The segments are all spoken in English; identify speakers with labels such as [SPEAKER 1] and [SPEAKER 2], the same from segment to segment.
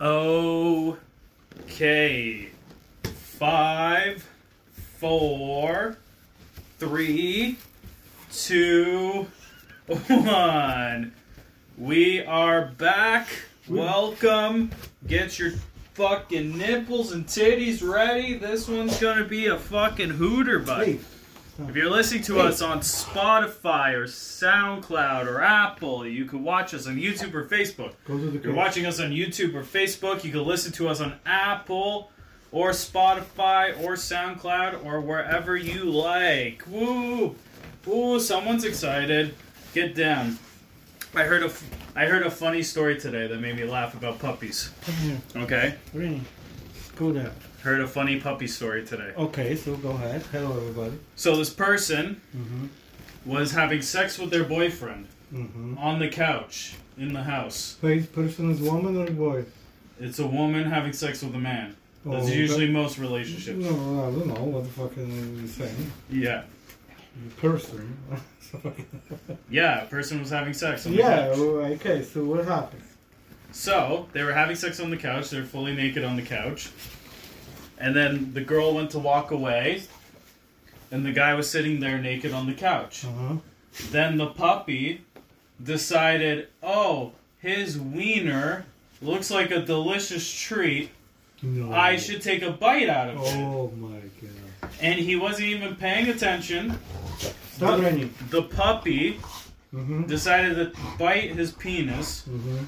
[SPEAKER 1] Okay. Five, four, three, two, one. We are back. Welcome. Get your fucking nipples and titties ready. This one's gonna be a fucking hooter, buddy.
[SPEAKER 2] Hey,
[SPEAKER 1] If you're listening to us on Spotify or SoundCloud or Apple, you can watch us on YouTube or Facebook.
[SPEAKER 2] go to the
[SPEAKER 1] If you're
[SPEAKER 2] crib.
[SPEAKER 1] watching us on YouTube or Facebook, you can listen to us on Apple or Spotify or SoundCloud or wherever you like. Woo! Ooh, someone's excited. Get down. I heard a, f- I heard a funny story today that made me laugh about puppies.
[SPEAKER 2] Come here.
[SPEAKER 1] Okay,
[SPEAKER 2] Rainy. Go there.
[SPEAKER 1] heard a funny puppy story today.
[SPEAKER 2] Okay, so go ahead. Hello, everybody.
[SPEAKER 1] So this person
[SPEAKER 2] Mm-hmm.
[SPEAKER 1] was having sex with their boyfriend
[SPEAKER 2] Mm-hmm.
[SPEAKER 1] on the couch in the house.
[SPEAKER 2] Face person is woman or boy?
[SPEAKER 1] It's a woman having sex with a man. That's
[SPEAKER 2] Oh,
[SPEAKER 1] usually most
[SPEAKER 2] that-
[SPEAKER 1] relationships.
[SPEAKER 2] No, I don't know what the fuck is saying.
[SPEAKER 1] Yeah.
[SPEAKER 2] Person.
[SPEAKER 1] Yeah, a person was having sex on the
[SPEAKER 2] yeah.
[SPEAKER 1] couch.
[SPEAKER 2] well, Okay. So what happened?
[SPEAKER 1] So they were having sex on the couch. They're fully naked on the couch, and then the girl went to walk away, and the guy was sitting there naked on the couch.
[SPEAKER 2] Uh-huh.
[SPEAKER 1] Then the puppy decided, oh, his wiener looks like a delicious treat.
[SPEAKER 2] No.
[SPEAKER 1] I should take a bite out of it.
[SPEAKER 2] Oh my god.
[SPEAKER 1] And he wasn't even paying attention.
[SPEAKER 2] Stop raining.
[SPEAKER 1] The puppy
[SPEAKER 2] Mm-hmm.
[SPEAKER 1] decided to bite his penis.
[SPEAKER 2] Mm-hmm.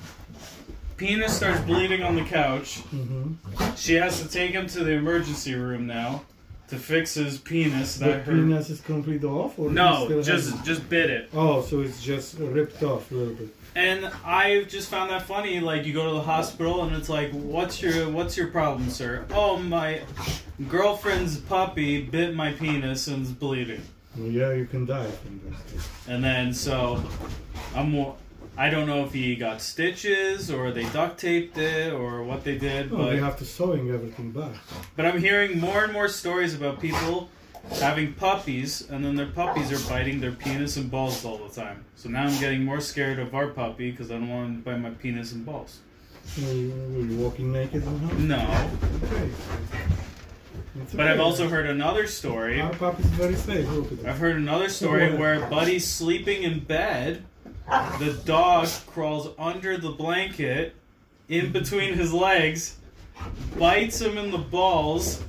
[SPEAKER 1] Penis starts bleeding on the couch.
[SPEAKER 2] Mm-hmm.
[SPEAKER 1] She has to take him to the emergency room now to fix his penis
[SPEAKER 2] The
[SPEAKER 1] that hurt.
[SPEAKER 2] penis is completely off, or it
[SPEAKER 1] No,
[SPEAKER 2] still
[SPEAKER 1] just
[SPEAKER 2] has-
[SPEAKER 1] just bit it.
[SPEAKER 2] Oh, so it's just ripped off a little bit.
[SPEAKER 1] And I just found that funny. Like you go to the hospital and it's like, what's your what's your problem, sir? Oh, my girlfriend's puppy bit my penis and is bleeding.
[SPEAKER 2] Yeah, you can die from this.
[SPEAKER 1] And then so I'm wa- I don't know if he got stitches or they duct taped it or what they did,
[SPEAKER 2] Oh,
[SPEAKER 1] but
[SPEAKER 2] they have to sewing everything back.
[SPEAKER 1] But I'm hearing more and more stories about people having puppies, and then their puppies are biting their penis and balls all the time. So now I'm getting more scared of our puppy because I don't want him to bite my penis and balls.
[SPEAKER 2] Were you, were you walking naked or not?
[SPEAKER 1] No,
[SPEAKER 2] Okay. It's
[SPEAKER 1] Mm. but I've
[SPEAKER 2] okay.
[SPEAKER 1] also heard another story.
[SPEAKER 2] Our pup is very safe. Look at that.
[SPEAKER 1] I've heard another story where Buddy's sleeping in bed, the dog crawls under the blanket, in between his legs, bites him in the balls.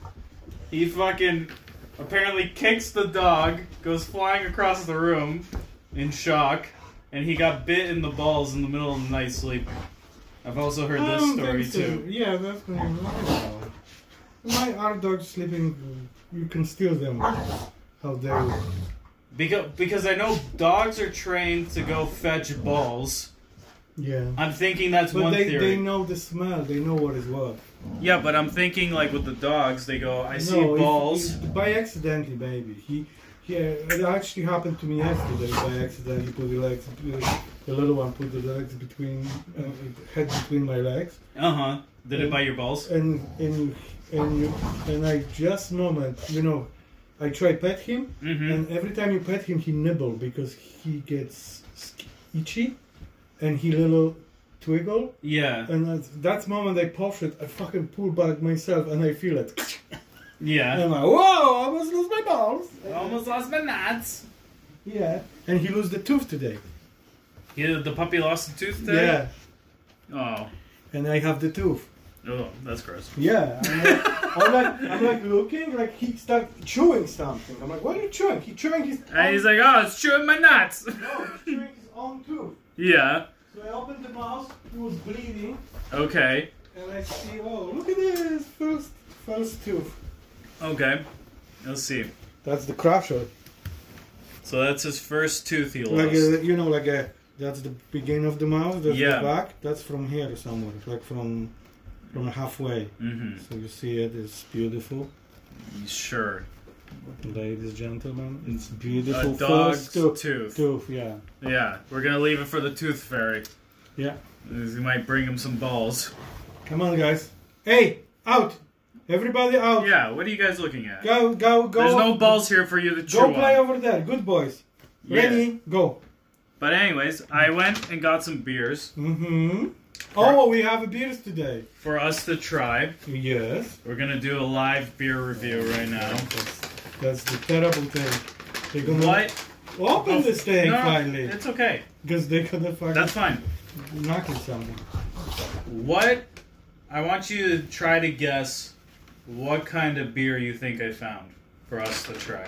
[SPEAKER 1] He fucking apparently kicks the dog, goes flying across the room in shock, and he got bit in the balls in the middle of the night sleeping. I've also heard
[SPEAKER 2] I
[SPEAKER 1] this
[SPEAKER 2] don't
[SPEAKER 1] story
[SPEAKER 2] think so.
[SPEAKER 1] too.
[SPEAKER 2] Oh, uh, Yeah, that's going to be My our dog sleeping. You can steal them. How dare you?
[SPEAKER 1] Because because I know dogs are trained to go fetch balls.
[SPEAKER 2] Yeah.
[SPEAKER 1] I'm thinking that's
[SPEAKER 2] But
[SPEAKER 1] one
[SPEAKER 2] they,
[SPEAKER 1] theory.
[SPEAKER 2] they know the smell. They know what is what.
[SPEAKER 1] Yeah, but I'm thinking like with the dogs, they go, I see
[SPEAKER 2] no, if-
[SPEAKER 1] balls.
[SPEAKER 2] if- by accidentally, maybe he. Yeah, it actually happened to me yesterday. By accident, he put the legs. The little one put the legs between, uh, head between my legs,
[SPEAKER 1] Uh huh. Did it bite your balls?
[SPEAKER 2] and and and you and I just moment, you know, I try pet him,
[SPEAKER 1] Mm
[SPEAKER 2] and every time you pet him, he nibble because he gets sk- itchy, and he little twiggle,
[SPEAKER 1] Yeah.
[SPEAKER 2] and at that moment I push it, I fucking pull back myself, and I feel it, and
[SPEAKER 1] Yeah.
[SPEAKER 2] I'm like, whoa, I almost lose my balls.
[SPEAKER 1] I almost lost my nuts.
[SPEAKER 2] Yeah, and he lose the tooth today.
[SPEAKER 1] Yeah, the puppy lost a tooth today?
[SPEAKER 2] Yeah,
[SPEAKER 1] Yeah.
[SPEAKER 2] and I have the tooth.
[SPEAKER 1] Oh. Oh, that's gross.
[SPEAKER 2] Yeah, I'm like, I'm like, I'm like looking, like he start chewing something. I'm like, what are you chewing? He chewing his.
[SPEAKER 1] And he's like, oh, it's chewing my nuts.
[SPEAKER 2] No, he's chewing his own tooth.
[SPEAKER 1] yeah.
[SPEAKER 2] So I opened the mouth, he was bleeding,
[SPEAKER 1] Okay.
[SPEAKER 2] and I see, oh, look at this first, first tooth.
[SPEAKER 1] Okay. Let's see.
[SPEAKER 2] That's the crusher.
[SPEAKER 1] So that's his first tooth he
[SPEAKER 2] Like uh,
[SPEAKER 1] lost.
[SPEAKER 2] a, you know, like a that's the beginning of the mouth. That's
[SPEAKER 1] Yeah.
[SPEAKER 2] the back. That's from here somewhere, like from from halfway.
[SPEAKER 1] Mm
[SPEAKER 2] So you see it. It's beautiful,
[SPEAKER 1] hmm. Sure.
[SPEAKER 2] ladies, gentlemen. It's beautiful.
[SPEAKER 1] Mm. A dog's
[SPEAKER 2] first tooth.
[SPEAKER 1] tooth.
[SPEAKER 2] Tooth, yeah.
[SPEAKER 1] Yeah. We're going to leave it for the tooth fairy.
[SPEAKER 2] Yeah.
[SPEAKER 1] He might bring him some balls.
[SPEAKER 2] Come on, guys. Hey, out! Everybody out!
[SPEAKER 1] Yeah, what are you guys looking at?
[SPEAKER 2] Go, go, go!
[SPEAKER 1] There's no balls here for you to chew
[SPEAKER 2] Go play
[SPEAKER 1] on.
[SPEAKER 2] over there. Good boys.
[SPEAKER 1] Yeah.
[SPEAKER 2] Ready? Go.
[SPEAKER 1] But anyways, I went and got some beers,
[SPEAKER 2] Mm-hmm. Oh, we have a beers today.
[SPEAKER 1] For us, the tribe,
[SPEAKER 2] Yes.
[SPEAKER 1] we're gonna do a live beer review right now.
[SPEAKER 2] That's, that's the terrible thing. They're gonna
[SPEAKER 1] What?
[SPEAKER 2] open this thing
[SPEAKER 1] No, no,
[SPEAKER 2] finally
[SPEAKER 1] It's okay.
[SPEAKER 2] because they're gonna fucking
[SPEAKER 1] That's fine.
[SPEAKER 2] knock it something.
[SPEAKER 1] What? I want you to try to guess what kind of beer you think I found for us to try.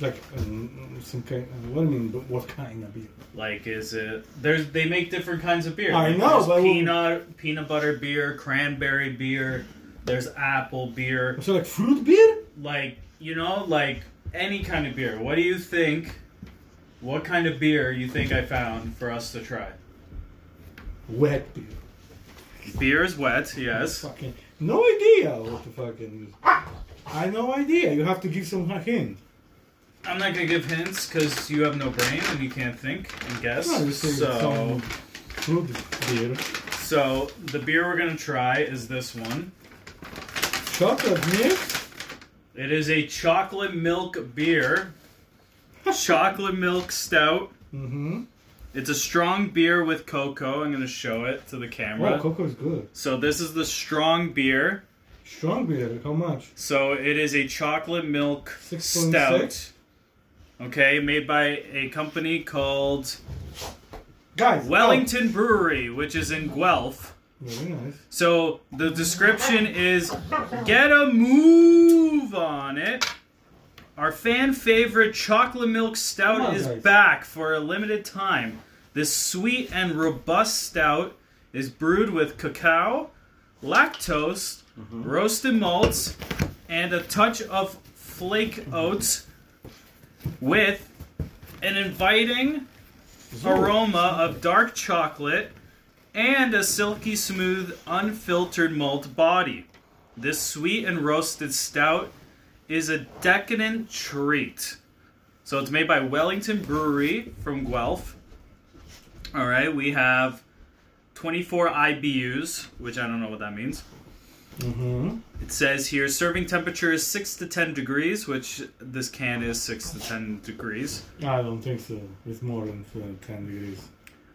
[SPEAKER 2] Like um, some kind. what do you mean? But what kind of beer?
[SPEAKER 1] Like, is it? There's they make different kinds of beer.
[SPEAKER 2] I
[SPEAKER 1] Like,
[SPEAKER 2] know,
[SPEAKER 1] there's
[SPEAKER 2] but-
[SPEAKER 1] peanut peanut butter beer, cranberry beer. There's apple beer.
[SPEAKER 2] So like fruit beer?
[SPEAKER 1] Like you know, like any kind of beer. What do you think? What kind of beer you think I found for us to try?
[SPEAKER 2] Wet beer.
[SPEAKER 1] Beer is wet, yes.
[SPEAKER 2] Fucking no idea what the fucking. I no idea. You have to give some hint.
[SPEAKER 1] I'm not gonna give hints because you have no brain and you can't think and guess.
[SPEAKER 2] No, you say it's
[SPEAKER 1] So,
[SPEAKER 2] some fruit beer.
[SPEAKER 1] so the beer we're gonna try is this one.
[SPEAKER 2] Chocolate milk.
[SPEAKER 1] It is a chocolate milk beer, chocolate milk stout.
[SPEAKER 2] Mm-hmm.
[SPEAKER 1] It's a strong beer with cocoa. I'm gonna show it to the
[SPEAKER 2] Wow,
[SPEAKER 1] camera.
[SPEAKER 2] cocoa is good.
[SPEAKER 1] so this is the strong beer.
[SPEAKER 2] Strong beer. How much?
[SPEAKER 1] So it is a chocolate milk
[SPEAKER 2] 6.6?
[SPEAKER 1] stout. Okay, made by a company called
[SPEAKER 2] Guys.
[SPEAKER 1] Wellington Brewery, which is in Guelph.
[SPEAKER 2] oh, very nice.
[SPEAKER 1] So the description is get a move on it. Our fan favorite chocolate milk stout
[SPEAKER 2] Come on,
[SPEAKER 1] is
[SPEAKER 2] guys.
[SPEAKER 1] back for a limited time. This sweet and robust stout is brewed with cacao, lactose,
[SPEAKER 2] Mm-hmm.
[SPEAKER 1] roasted malts, and a touch of flake oats with an inviting aroma of dark chocolate and a silky smooth unfiltered malt body. This sweet and roasted stout is a decadent treat. So it's made by Wellington Brewery from Guelph. All right, we have 24 IBUs, which I don't know what that means.
[SPEAKER 2] Mm-hmm.
[SPEAKER 1] It says here serving temperature is 6 to 10 degrees, which this can is 6 to 10 degrees.
[SPEAKER 2] I don't think so. It's more than uh, 10 degrees.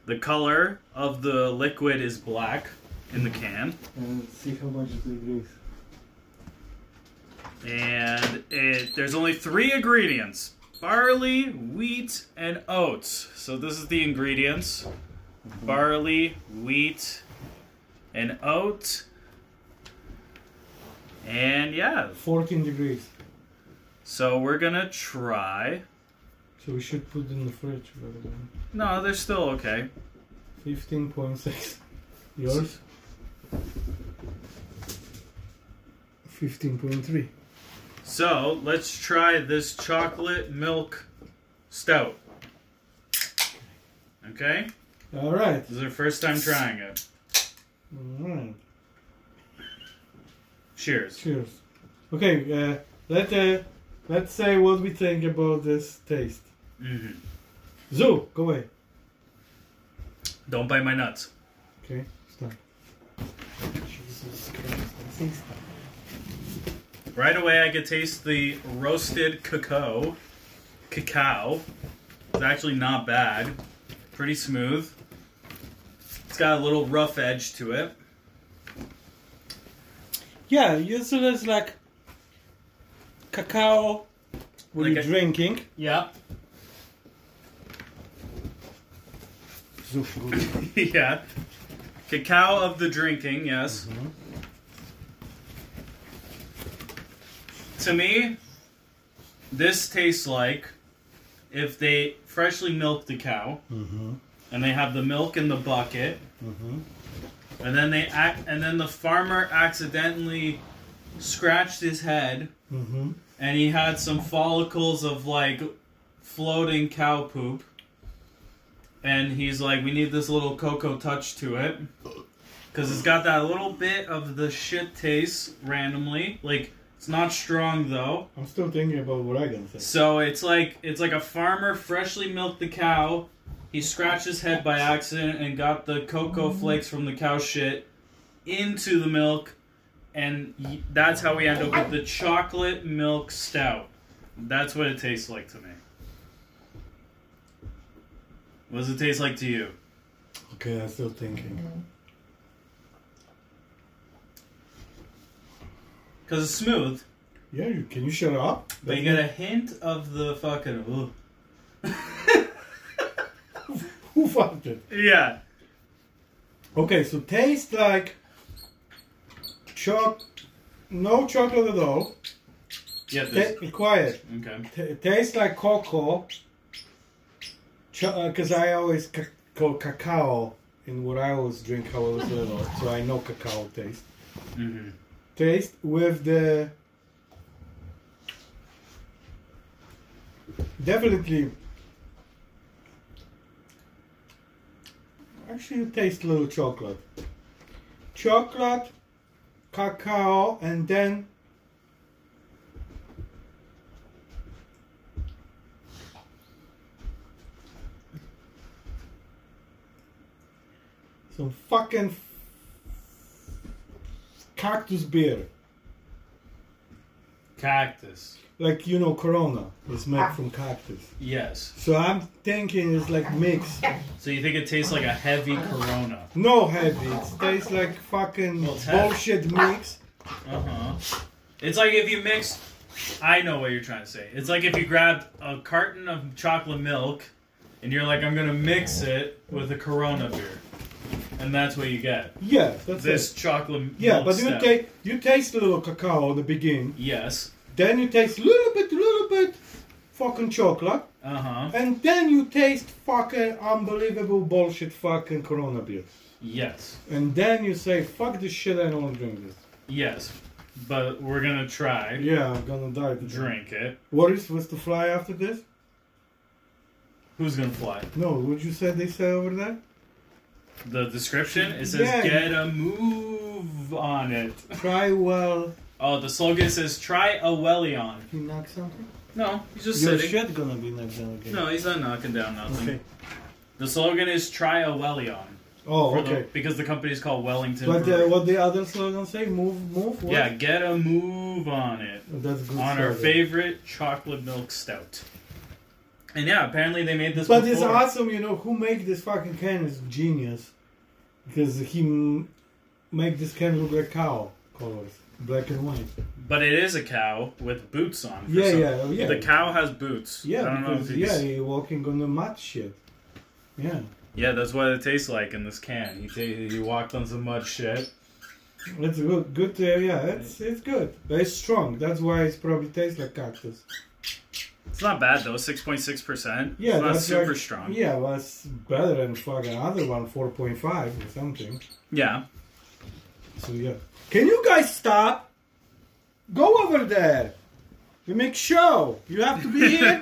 [SPEAKER 1] The color of the liquid is black in the can,
[SPEAKER 3] And see how much it degrees.
[SPEAKER 1] and it there's only three ingredients: barley, wheat, and oats. So this is the ingredients: barley, wheat, and oat. And yeah,
[SPEAKER 2] 14 degrees.
[SPEAKER 1] so we're gonna try.
[SPEAKER 2] So we should put in the fridge. uh, rather than-
[SPEAKER 1] No, they're still okay.
[SPEAKER 2] 15.6. Yours? 15.3.
[SPEAKER 1] So let's try this chocolate milk stout. Okay,
[SPEAKER 2] All right.
[SPEAKER 1] this is our first time trying it.
[SPEAKER 2] All right.
[SPEAKER 1] Cheers.
[SPEAKER 2] Cheers. Okay, uh, let, uh, let's say what we think about this taste.
[SPEAKER 1] hmm
[SPEAKER 2] Zoo, go away.
[SPEAKER 1] Don't bite my nuts.
[SPEAKER 2] Okay, stop. Jesus Christ. I think stop.
[SPEAKER 1] Right away, I could taste the roasted cacao. Cacao. It's actually not bad. Pretty smooth. It's got a little rough edge to it.
[SPEAKER 2] Yeah, you so there's like cacao when
[SPEAKER 1] Like
[SPEAKER 2] you're
[SPEAKER 1] a-
[SPEAKER 2] drinking.
[SPEAKER 1] Yeah. yeah. Cacao of the drinking, yes.
[SPEAKER 2] Mhm.
[SPEAKER 1] To me, this tastes like if they freshly milked the cow
[SPEAKER 2] Mm-hmm.
[SPEAKER 1] and they have the milk in the bucket
[SPEAKER 2] Mm-hmm.
[SPEAKER 1] and then they ac and then the farmer accidentally scratched his head
[SPEAKER 2] Mm-hmm.
[SPEAKER 1] and he had some follicles of like floating cow poop. And he's like, we need this little cocoa touch to it. Because it's got that little bit of the shit taste randomly. Like, it's not strong though.
[SPEAKER 2] I'm still thinking about what I gonna say.
[SPEAKER 1] So it's like it's like a farmer freshly milked the cow. He scratched his head by accident and got the cocoa flakes from the cow shit into the milk, and y- that's how we end up with the chocolate milk stout. That's what it tastes like to me. What does it taste like to you?
[SPEAKER 2] Okay, I'm still thinking.
[SPEAKER 1] Because it's smooth,
[SPEAKER 2] Yeah, you can you shut up?
[SPEAKER 1] but you get a hint of the fucking. Ooh.
[SPEAKER 2] Who fucked it?
[SPEAKER 1] Yeah.
[SPEAKER 2] Okay, so taste like choc, no chocolate at all.
[SPEAKER 1] Yeah,
[SPEAKER 2] Ta-
[SPEAKER 1] this.
[SPEAKER 2] quiet.
[SPEAKER 1] Okay.
[SPEAKER 2] T- tastes like cocoa. Because I always ca- call cacao in what I always drink how I was little, so I know cacao taste.
[SPEAKER 1] Mm-hmm.
[SPEAKER 2] Taste with the definitely. Actually, you taste a little chocolate, chocolate, cacao, and then some fucking cactus beer.
[SPEAKER 1] Cactus.
[SPEAKER 2] Like you know, Corona is made from cactus.
[SPEAKER 1] Yes.
[SPEAKER 2] So I'm thinking it's like mix.
[SPEAKER 1] So you think it tastes like a heavy Corona?
[SPEAKER 2] No heavy. It tastes like fucking
[SPEAKER 1] Well, it's heavy.
[SPEAKER 2] bullshit mix.
[SPEAKER 1] Uh huh. It's like if you mix. I know what you're trying to say. It's like if you grabbed a carton of chocolate milk, and you're like, I'm gonna mix it with a Corona beer, and that's what you get.
[SPEAKER 2] Yeah, that's
[SPEAKER 1] This
[SPEAKER 2] it.
[SPEAKER 1] chocolate.
[SPEAKER 2] Yeah,
[SPEAKER 1] milk
[SPEAKER 2] but you
[SPEAKER 1] stout.
[SPEAKER 2] take you taste a little cacao at the beginning,
[SPEAKER 1] Yes.
[SPEAKER 2] then you taste a little bit, little bit fucking chocolate,
[SPEAKER 1] Uh huh.
[SPEAKER 2] and then you taste fucking unbelievable bullshit fucking Corona beer,
[SPEAKER 1] Yes.
[SPEAKER 2] and then you say fuck this shit, I don't want to drink this.
[SPEAKER 1] Yes. But we're gonna try
[SPEAKER 2] Yeah, I'm gonna die. today.
[SPEAKER 1] drink it.
[SPEAKER 2] What is supposed to fly after this?
[SPEAKER 1] Who's gonna fly?
[SPEAKER 2] No, what you said they say over there?
[SPEAKER 1] The description it says
[SPEAKER 2] Yeah.
[SPEAKER 1] get a move on it.
[SPEAKER 2] Try well.
[SPEAKER 1] Oh, the slogan says try a welly on.
[SPEAKER 2] You knock something?
[SPEAKER 1] No, he's just
[SPEAKER 2] Your
[SPEAKER 1] sitting.
[SPEAKER 2] shit gonna be knocked down again.
[SPEAKER 1] No, he's not knocking down nothing.
[SPEAKER 2] Okay.
[SPEAKER 1] The slogan is try a welly on.
[SPEAKER 2] Oh,
[SPEAKER 1] for the-
[SPEAKER 2] okay.
[SPEAKER 1] because the company is called Wellington.
[SPEAKER 2] But uh,
[SPEAKER 1] Brewery.
[SPEAKER 2] what the other slogan say? Move, move. What?
[SPEAKER 1] yeah, get a move on it.
[SPEAKER 2] That's good.
[SPEAKER 1] on our
[SPEAKER 2] slogan.
[SPEAKER 1] favorite chocolate milk stout. And yeah, apparently they made this.
[SPEAKER 2] But
[SPEAKER 1] before.
[SPEAKER 2] it's awesome, you know, who make this fucking can is genius, because he m- make this can look like cow colors, black and white.
[SPEAKER 1] But it is a cow with boots on. for
[SPEAKER 2] Yeah,
[SPEAKER 1] some-
[SPEAKER 2] yeah, oh, yeah.
[SPEAKER 1] The cow has boots. I
[SPEAKER 2] yeah,
[SPEAKER 1] don't know if
[SPEAKER 2] because,
[SPEAKER 1] he's-
[SPEAKER 2] yeah, he walking on the mud shit. Yeah,
[SPEAKER 1] Yeah, that's what it tastes like in this can. He ta- he walked on some mud shit.
[SPEAKER 2] it's good. Good. Uh, yeah, it's it's good. But it's strong. That's why it's probably tastes like cactus.
[SPEAKER 1] It's not bad though, six point six percent.
[SPEAKER 2] Yeah,
[SPEAKER 1] it's not
[SPEAKER 2] that's
[SPEAKER 1] super
[SPEAKER 2] like-
[SPEAKER 1] strong. Yeah.
[SPEAKER 2] Yeah, that's better than fucking other one, 4.5 or something. So yeah. Can you guys stop? Go over there. You make show. You have to be here.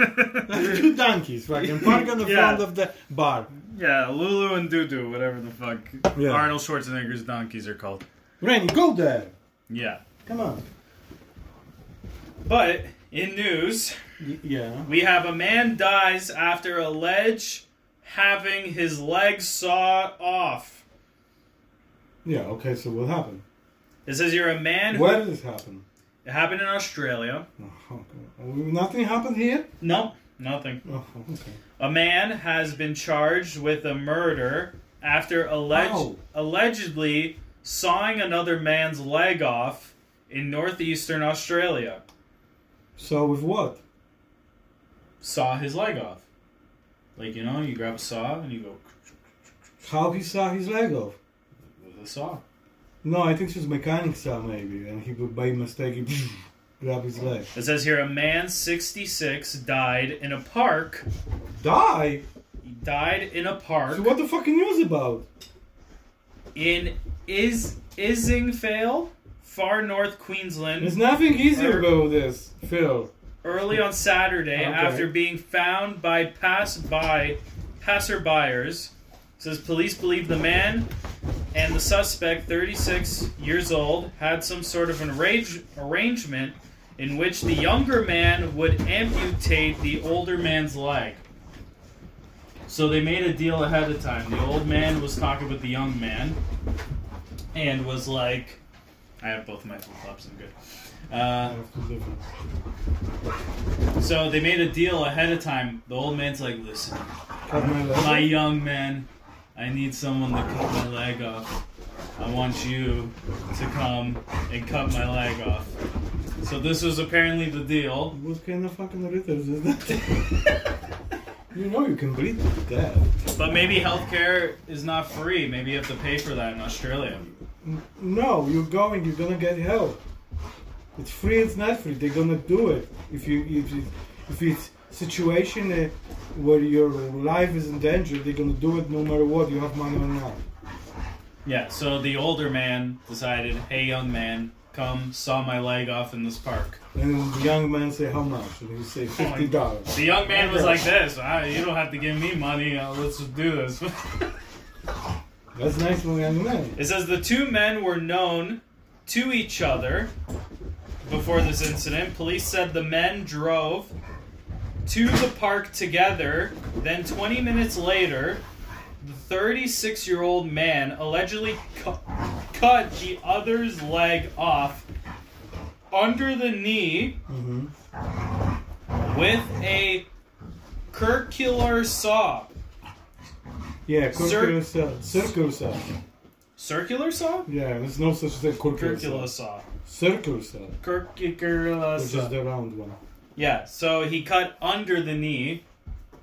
[SPEAKER 2] like two donkeys, fucking park on the
[SPEAKER 1] Yeah.
[SPEAKER 2] front of the bar.
[SPEAKER 1] yeah, Lulu and Dudu, whatever the fuck
[SPEAKER 2] Yeah.
[SPEAKER 1] Arnold Schwarzenegger's donkeys are called.
[SPEAKER 2] Rennie, go there.
[SPEAKER 1] Yeah.
[SPEAKER 2] Come on.
[SPEAKER 1] But in news,
[SPEAKER 2] Y- yeah.
[SPEAKER 1] we have a man dies after alleged having his leg sawed off.
[SPEAKER 2] Yeah. Okay. So what happened?
[SPEAKER 1] It says you're a man who
[SPEAKER 2] Where did this happen?
[SPEAKER 1] it happened in Australia.
[SPEAKER 2] Oh, nothing happened here.
[SPEAKER 1] Nope, nothing.
[SPEAKER 2] Oh, okay.
[SPEAKER 1] A man has been charged with a murder after alleged,
[SPEAKER 2] Ow.
[SPEAKER 1] allegedly sawing another man's leg off in northeastern Australia.
[SPEAKER 2] So with what?
[SPEAKER 1] Saw his leg off. Like, you know, you grab a saw and you go
[SPEAKER 2] How he saw his leg off?
[SPEAKER 1] with a saw.
[SPEAKER 2] No, I think it was mechanic saw maybe, and he by mistake he grabbed his leg.
[SPEAKER 1] It says here a man 66 died in a park.
[SPEAKER 2] Die.
[SPEAKER 1] He died in a park
[SPEAKER 2] So what the fucking news about?
[SPEAKER 1] in Is Isingvale, far north Queensland.
[SPEAKER 2] There's nothing easier about this, Phil.
[SPEAKER 1] early on Saturday
[SPEAKER 2] Okay.
[SPEAKER 1] after being found by pass by passerbyers. Says police believe the man and the suspect, 36 years old, had some sort of an arrange, arrangement in which the younger man would amputate the older man's leg. So they made a deal ahead of time. The old man was talking with the young man and was like, "I have both my flip flops. I'm good." Uh, so they made a deal ahead of time. The old man's like, listen,
[SPEAKER 2] Cut my leg.
[SPEAKER 1] my young man, I need someone to cut my leg off. I want you to come and cut my leg off. So this was apparently the deal.
[SPEAKER 2] What kind of fucking ritters is that? you know you can bleed to death.
[SPEAKER 1] But maybe healthcare is not free. Maybe you have to pay for that in Australia.
[SPEAKER 2] No, you're going. You're gonna get help. It's free. It's not free. They're gonna do it. If you if it, if it's situation uh, where your life is in danger, they're gonna do it no matter what. You have money or not.
[SPEAKER 1] Yeah, so the older man decided, hey, young man, come saw my leg off in this park.
[SPEAKER 2] And the young man say how much, and he say fifty dollars.
[SPEAKER 1] The young man was like this, ah, you don't have to give me money, uh, let's just do this.
[SPEAKER 2] That's nice for a young man.
[SPEAKER 1] It says the two men were known to each other before this incident. Police said the men drove to the park together. Then, 20 minutes later, the 36 year old man allegedly cu- cut the other's leg off under the knee
[SPEAKER 2] Mm-hmm.
[SPEAKER 1] with a circular saw.
[SPEAKER 2] Yeah,
[SPEAKER 1] Cir-
[SPEAKER 2] circular saw. Circular saw.
[SPEAKER 1] Circular saw?
[SPEAKER 2] Yeah, there's no such thing. Circular
[SPEAKER 1] Circular
[SPEAKER 2] saw.
[SPEAKER 1] saw.
[SPEAKER 2] Circular saw,
[SPEAKER 1] Circular
[SPEAKER 2] which is
[SPEAKER 1] saw.
[SPEAKER 2] the round one.
[SPEAKER 1] Yeah, so he cut under the knee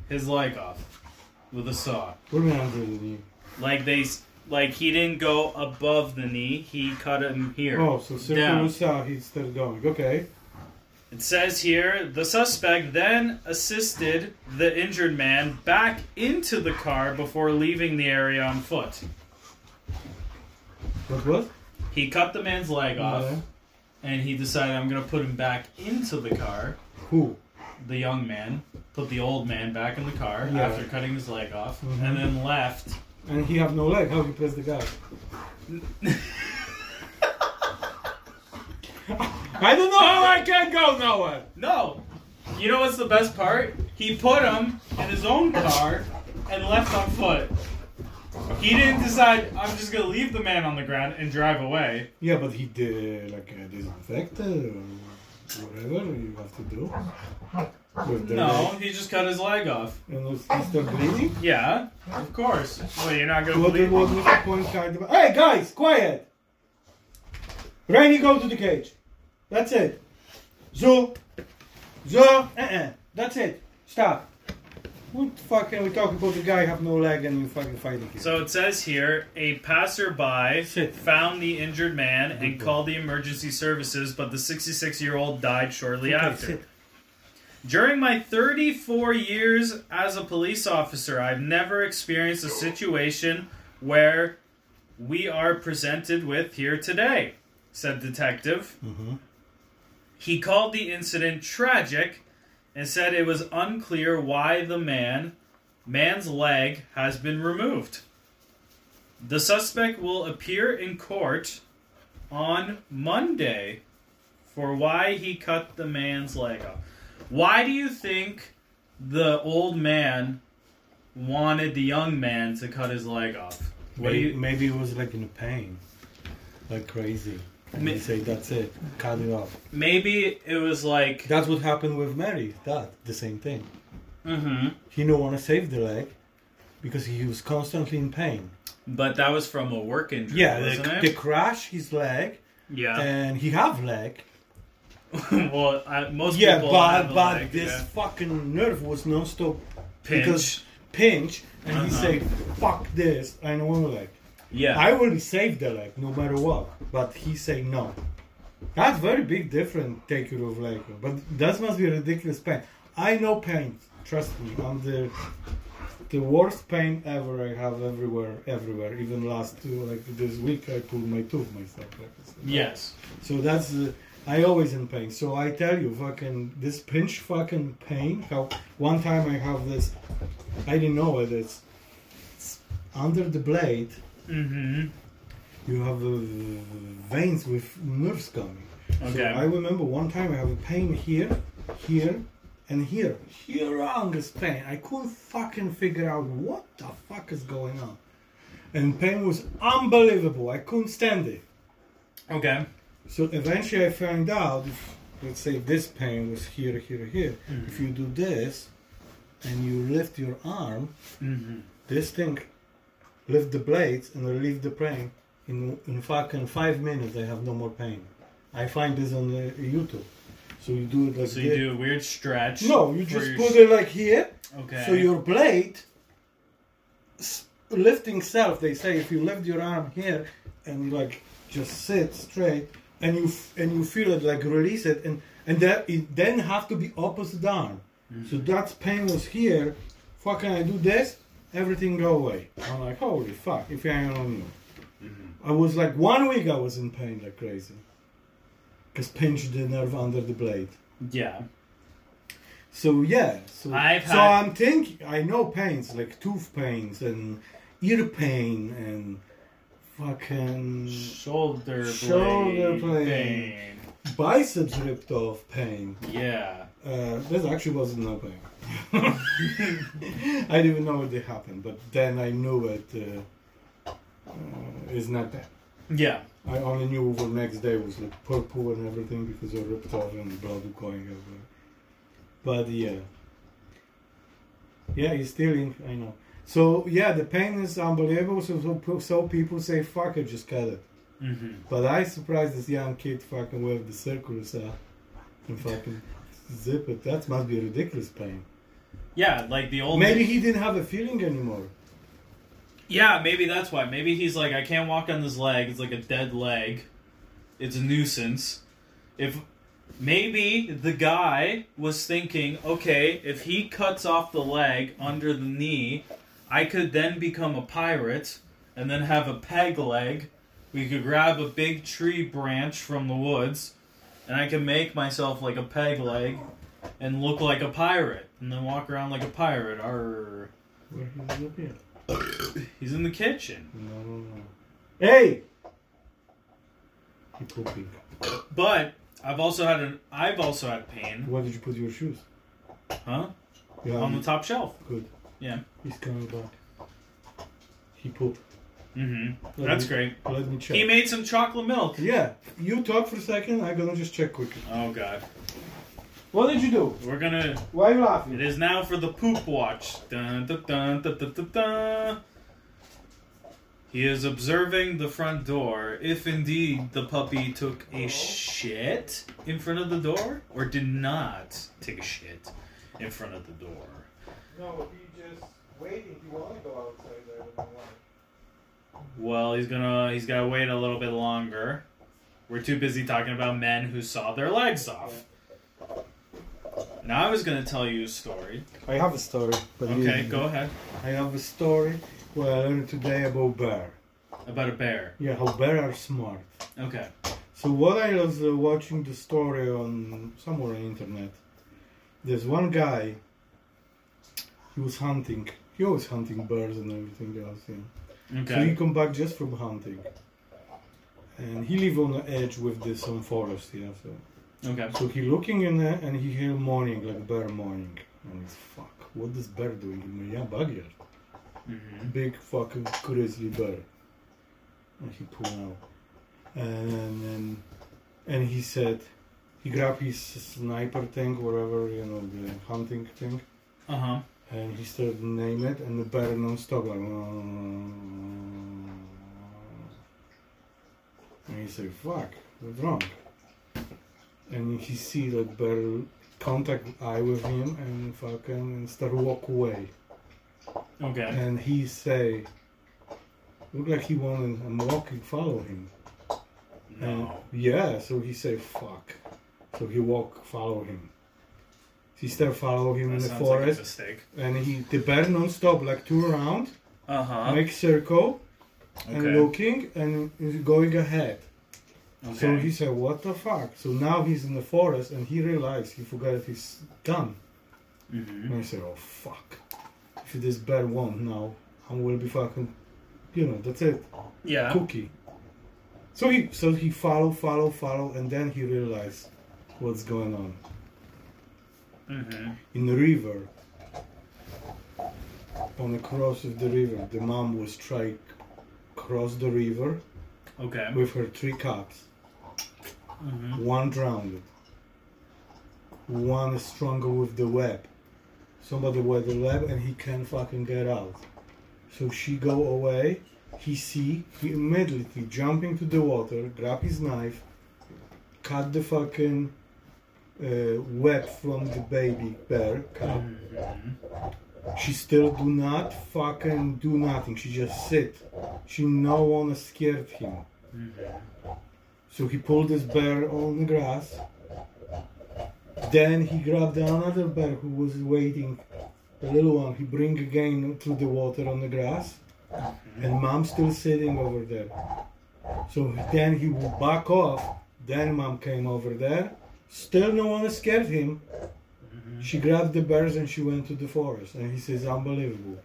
[SPEAKER 1] his leg off with a saw.
[SPEAKER 2] What do you mean under the knee?
[SPEAKER 1] Like they s- like he didn't go above the knee, he cut him here.
[SPEAKER 2] Oh, so circular
[SPEAKER 1] Down.
[SPEAKER 2] saw. He's still going. Okay.
[SPEAKER 1] It says here the suspect then assisted the injured man back into the car before leaving the area on foot.
[SPEAKER 2] What what?
[SPEAKER 1] He cut the man's leg off and he decided I'm going to put him back into the car.
[SPEAKER 2] Who?
[SPEAKER 1] The young man put the old man back in the car
[SPEAKER 2] Yeah.
[SPEAKER 1] after cutting his leg off
[SPEAKER 2] Mhm.
[SPEAKER 1] and then left.
[SPEAKER 2] And he have no leg. How he press the gas? I don't know how I can go nowhere.
[SPEAKER 1] No. You know what's the best part? He put him in his own car and left on foot. He didn't decide, I'm just going to leave the man on the ground and drive away.
[SPEAKER 2] Yeah, but he did like a disinfectant or whatever you have to do. With the
[SPEAKER 1] No,
[SPEAKER 2] leg.
[SPEAKER 1] he just cut his leg off.
[SPEAKER 2] And was he still bleeding?
[SPEAKER 1] Yeah, of course. Well, you're not going to
[SPEAKER 2] What,
[SPEAKER 1] believe
[SPEAKER 2] what was the point kind of? Hey guys, quiet! Rainy, go to the cage. That's it. Zoo, zoo. Uh-uh. That's it. Stop. What the fuck can we talk about? The guy have no leg and you fucking fighting him.
[SPEAKER 1] So it says here a passerby
[SPEAKER 2] Shit.
[SPEAKER 1] found the injured man and called the emergency services, but the 66 year old died shortly
[SPEAKER 2] Okay,
[SPEAKER 1] after.
[SPEAKER 2] shit.
[SPEAKER 1] During my 34 years as a police officer, I've never experienced a situation where we are presented with here today, said detective. He called the incident tragic and said it was unclear why the man man's leg has been removed. The suspect will appear in court on Monday for why he cut the man's leg off. Why do you think the old man wanted the young man to cut his leg off? What do
[SPEAKER 2] maybe,
[SPEAKER 1] you
[SPEAKER 2] maybe it was like in pain, like crazy. And
[SPEAKER 1] Ma-
[SPEAKER 2] they say that's it, cut it off.
[SPEAKER 1] maybe it was like
[SPEAKER 2] That's what happened with Mary. That the same thing.
[SPEAKER 1] mhm
[SPEAKER 2] He no want to save the leg because he was constantly in pain.
[SPEAKER 1] but that was from a work injury,
[SPEAKER 2] Yeah,
[SPEAKER 1] wasn't
[SPEAKER 2] they,
[SPEAKER 1] it?
[SPEAKER 2] they crash his leg
[SPEAKER 1] yeah.
[SPEAKER 2] and he have leg.
[SPEAKER 1] well, I, most
[SPEAKER 2] Yeah,
[SPEAKER 1] people have
[SPEAKER 2] but
[SPEAKER 1] a
[SPEAKER 2] but
[SPEAKER 1] leg,
[SPEAKER 2] this
[SPEAKER 1] yeah.
[SPEAKER 2] fucking nerve was non-stop
[SPEAKER 1] pinch.
[SPEAKER 2] because pinch, and he
[SPEAKER 1] Uh-huh.
[SPEAKER 2] say, "Fuck this, I don't want a leg.
[SPEAKER 1] yeah.
[SPEAKER 2] I will save the leg no matter what." But he say no. That's very big difference take you of leg, but that must be a ridiculous pain. I know pain. Trust me, I'm the the worst pain ever I have everywhere, everywhere. Even last two, like this week, I pulled my tooth myself. Like I said.
[SPEAKER 1] yes.
[SPEAKER 2] So that's uh, I always in pain. So I tell you, fucking this pinch, fucking pain. How one time I have this, I didn't know it. It's, it's under the blade.
[SPEAKER 1] Mm-hmm.
[SPEAKER 2] You have uh, veins with nerves coming. So
[SPEAKER 1] Okay.
[SPEAKER 2] I remember one time I have a pain here, here, and here. Here on this pain. I couldn't fucking figure out what the fuck is going on. And pain was unbelievable. I couldn't stand it.
[SPEAKER 1] okay.
[SPEAKER 2] So eventually I found out, if, let's say this pain was here, here, here. If you do this and you lift your arm,
[SPEAKER 1] Mm-hmm.
[SPEAKER 2] this thing lift the blades and relieve the pain. In in fucking five minutes, I have no more pain. I find this on uh, YouTube. So you do it like
[SPEAKER 1] So you
[SPEAKER 2] this.
[SPEAKER 1] do a weird stretch.
[SPEAKER 2] No, you
[SPEAKER 1] for
[SPEAKER 2] just
[SPEAKER 1] your
[SPEAKER 2] put
[SPEAKER 1] sh-
[SPEAKER 2] it like here.
[SPEAKER 1] Okay.
[SPEAKER 2] So your blade s- lifting self. They say if you lift your arm here and you like just sit straight and you f- and you feel it like release it and and that it then have to be opposite arm. So that pain was here. Fuck, can I do this? Everything go away. I'm like, holy fuck! If I only knew. I was like one week. I was in pain like crazy. Cause pinched the nerve under the blade.
[SPEAKER 1] yeah.
[SPEAKER 2] So yeah, so,
[SPEAKER 1] I've
[SPEAKER 2] so
[SPEAKER 1] had-
[SPEAKER 2] I'm thinking I know pains like tooth pains and ear pain and fucking
[SPEAKER 1] Shoulder blade
[SPEAKER 2] Shoulder blade.
[SPEAKER 1] pain.
[SPEAKER 2] biceps ripped off pain.
[SPEAKER 1] Yeah.
[SPEAKER 2] Uh, this actually wasn't no pain. I didn't even know it happened, but then I knew it uh, uh, is not that.
[SPEAKER 1] Yeah.
[SPEAKER 2] I only knew the next day was like purple and everything because I ripped off and blood going everywhere. But yeah. Yeah, he's still in. I know. So yeah, the pain is unbelievable. So so, so people say fuck it, just cut it.
[SPEAKER 1] Mm-hmm.
[SPEAKER 2] But I surprised this young kid fucking with the circulars out and fucking zip it. That must be a ridiculous pain.
[SPEAKER 1] Yeah, like the old.
[SPEAKER 2] Maybe he didn't have a feeling anymore.
[SPEAKER 1] Yeah, maybe that's why. Maybe he's like, I can't walk on this leg. It's like a dead leg. It's a nuisance. If maybe the guy was thinking, okay, if he cuts off the leg under the knee, I could then become a pirate and then have a peg leg. We could grab a big tree branch from the woods, and I can make myself like a peg leg and look like a pirate, and then walk around like a pirate. Arr.
[SPEAKER 2] Where he's up here.
[SPEAKER 1] He's in the kitchen.
[SPEAKER 2] No, no, no. Hey! He pooping.
[SPEAKER 1] But I've also had an I've also had pain,
[SPEAKER 2] Where did you put your shoes?
[SPEAKER 1] huh?
[SPEAKER 2] Yeah,
[SPEAKER 1] On the top shelf.
[SPEAKER 2] good.
[SPEAKER 1] Um, Yeah.
[SPEAKER 2] He's coming back. He pooped.
[SPEAKER 1] hmm
[SPEAKER 2] Let
[SPEAKER 1] That's
[SPEAKER 2] me-
[SPEAKER 1] great.
[SPEAKER 2] Let me check.
[SPEAKER 1] He made some chocolate milk.
[SPEAKER 2] yeah, you talk for a second. I'm gonna just check quickly.
[SPEAKER 1] Oh god.
[SPEAKER 2] What did you do?
[SPEAKER 1] We're gonna
[SPEAKER 2] Why are you laughing?
[SPEAKER 1] it is now for the poop watch. Dun, dun, dun, dun, dun, dun, dun. He is observing the front door if indeed the puppy took a shit in front of the door or did not take a shit in front of the door.
[SPEAKER 2] No, he just waiting. He want to go outside. I don't know why.
[SPEAKER 1] Well, he's gonna he's gotta wait a little bit longer. We're too busy talking about men who saw their legs off. Now I was gonna tell you a story.
[SPEAKER 2] I have a story. But you-
[SPEAKER 1] Okay, go ahead.
[SPEAKER 2] I have a story where I learned today about bear.
[SPEAKER 1] About a bear.
[SPEAKER 2] Yeah, how bear are smart.
[SPEAKER 1] Okay.
[SPEAKER 2] So what I was uh, watching the story on somewhere on internet. There's one guy. He was hunting. He was hunting bears and everything else. Yeah. So he
[SPEAKER 1] Okay.
[SPEAKER 2] come back just from hunting. And he live on the edge with this some forest, yeah. So,
[SPEAKER 1] Okay.
[SPEAKER 2] so he looking in there and he hear morning like bear morning, and he's fuck. What this bear doing in my yeah, backyard?
[SPEAKER 1] hmm
[SPEAKER 2] Big fucking grizzly bear. And he pull out, and and and he said, he grab his sniper thing, whatever you know, the hunting thing,
[SPEAKER 1] Uh huh.
[SPEAKER 2] and he started name it, and the bear non-stop like. And he said, "Fuck, what's wrong?" And he see that bear contact eye with him and fucking and start walk away.
[SPEAKER 1] Okay.
[SPEAKER 2] And he say, "Look like he wanted and walking follow him."
[SPEAKER 1] No.
[SPEAKER 2] And yeah, so he say, "Fuck," so he walk follow him. He start follow him
[SPEAKER 1] That
[SPEAKER 2] in the
[SPEAKER 1] sounds like a
[SPEAKER 2] forest
[SPEAKER 1] mistake.
[SPEAKER 2] and he the bear non-stop like two around
[SPEAKER 1] Uh huh.
[SPEAKER 2] make circle
[SPEAKER 1] Okay.
[SPEAKER 2] and looking and is going ahead so
[SPEAKER 1] Okay.
[SPEAKER 2] he said what the fuck so now he's in the forest and he realized he forgot his gun
[SPEAKER 1] hmm
[SPEAKER 2] and he said oh fuck if this bear won't now i will be fucking you know that's it
[SPEAKER 1] Yeah.
[SPEAKER 2] cookie so he so he follow follow follow and then he realized what's going on
[SPEAKER 1] hmm
[SPEAKER 2] in the river on the cross of the river the mom was trying cross the river
[SPEAKER 1] Okay.
[SPEAKER 2] with her three cubs
[SPEAKER 1] hmm
[SPEAKER 2] one drowned one is stronger with the web somebody with the web and he can't fucking get out So she go away. He see, he immediately jump into the water, grab his knife, cut the fucking uh, web from the baby bear. Cut.
[SPEAKER 1] Mm-hmm.
[SPEAKER 2] She still do not fucking do nothing. She just sit. She no one scared him. So he pulled his bear on the grass. Then he grabbed another bear who was waiting. The little one he bring again through the water on the grass, and mom still sitting over there. So then he will back off. Then mom came over there. Still no one scared him. She grabbed the bears and she went to the forest. And he says, unbelievable.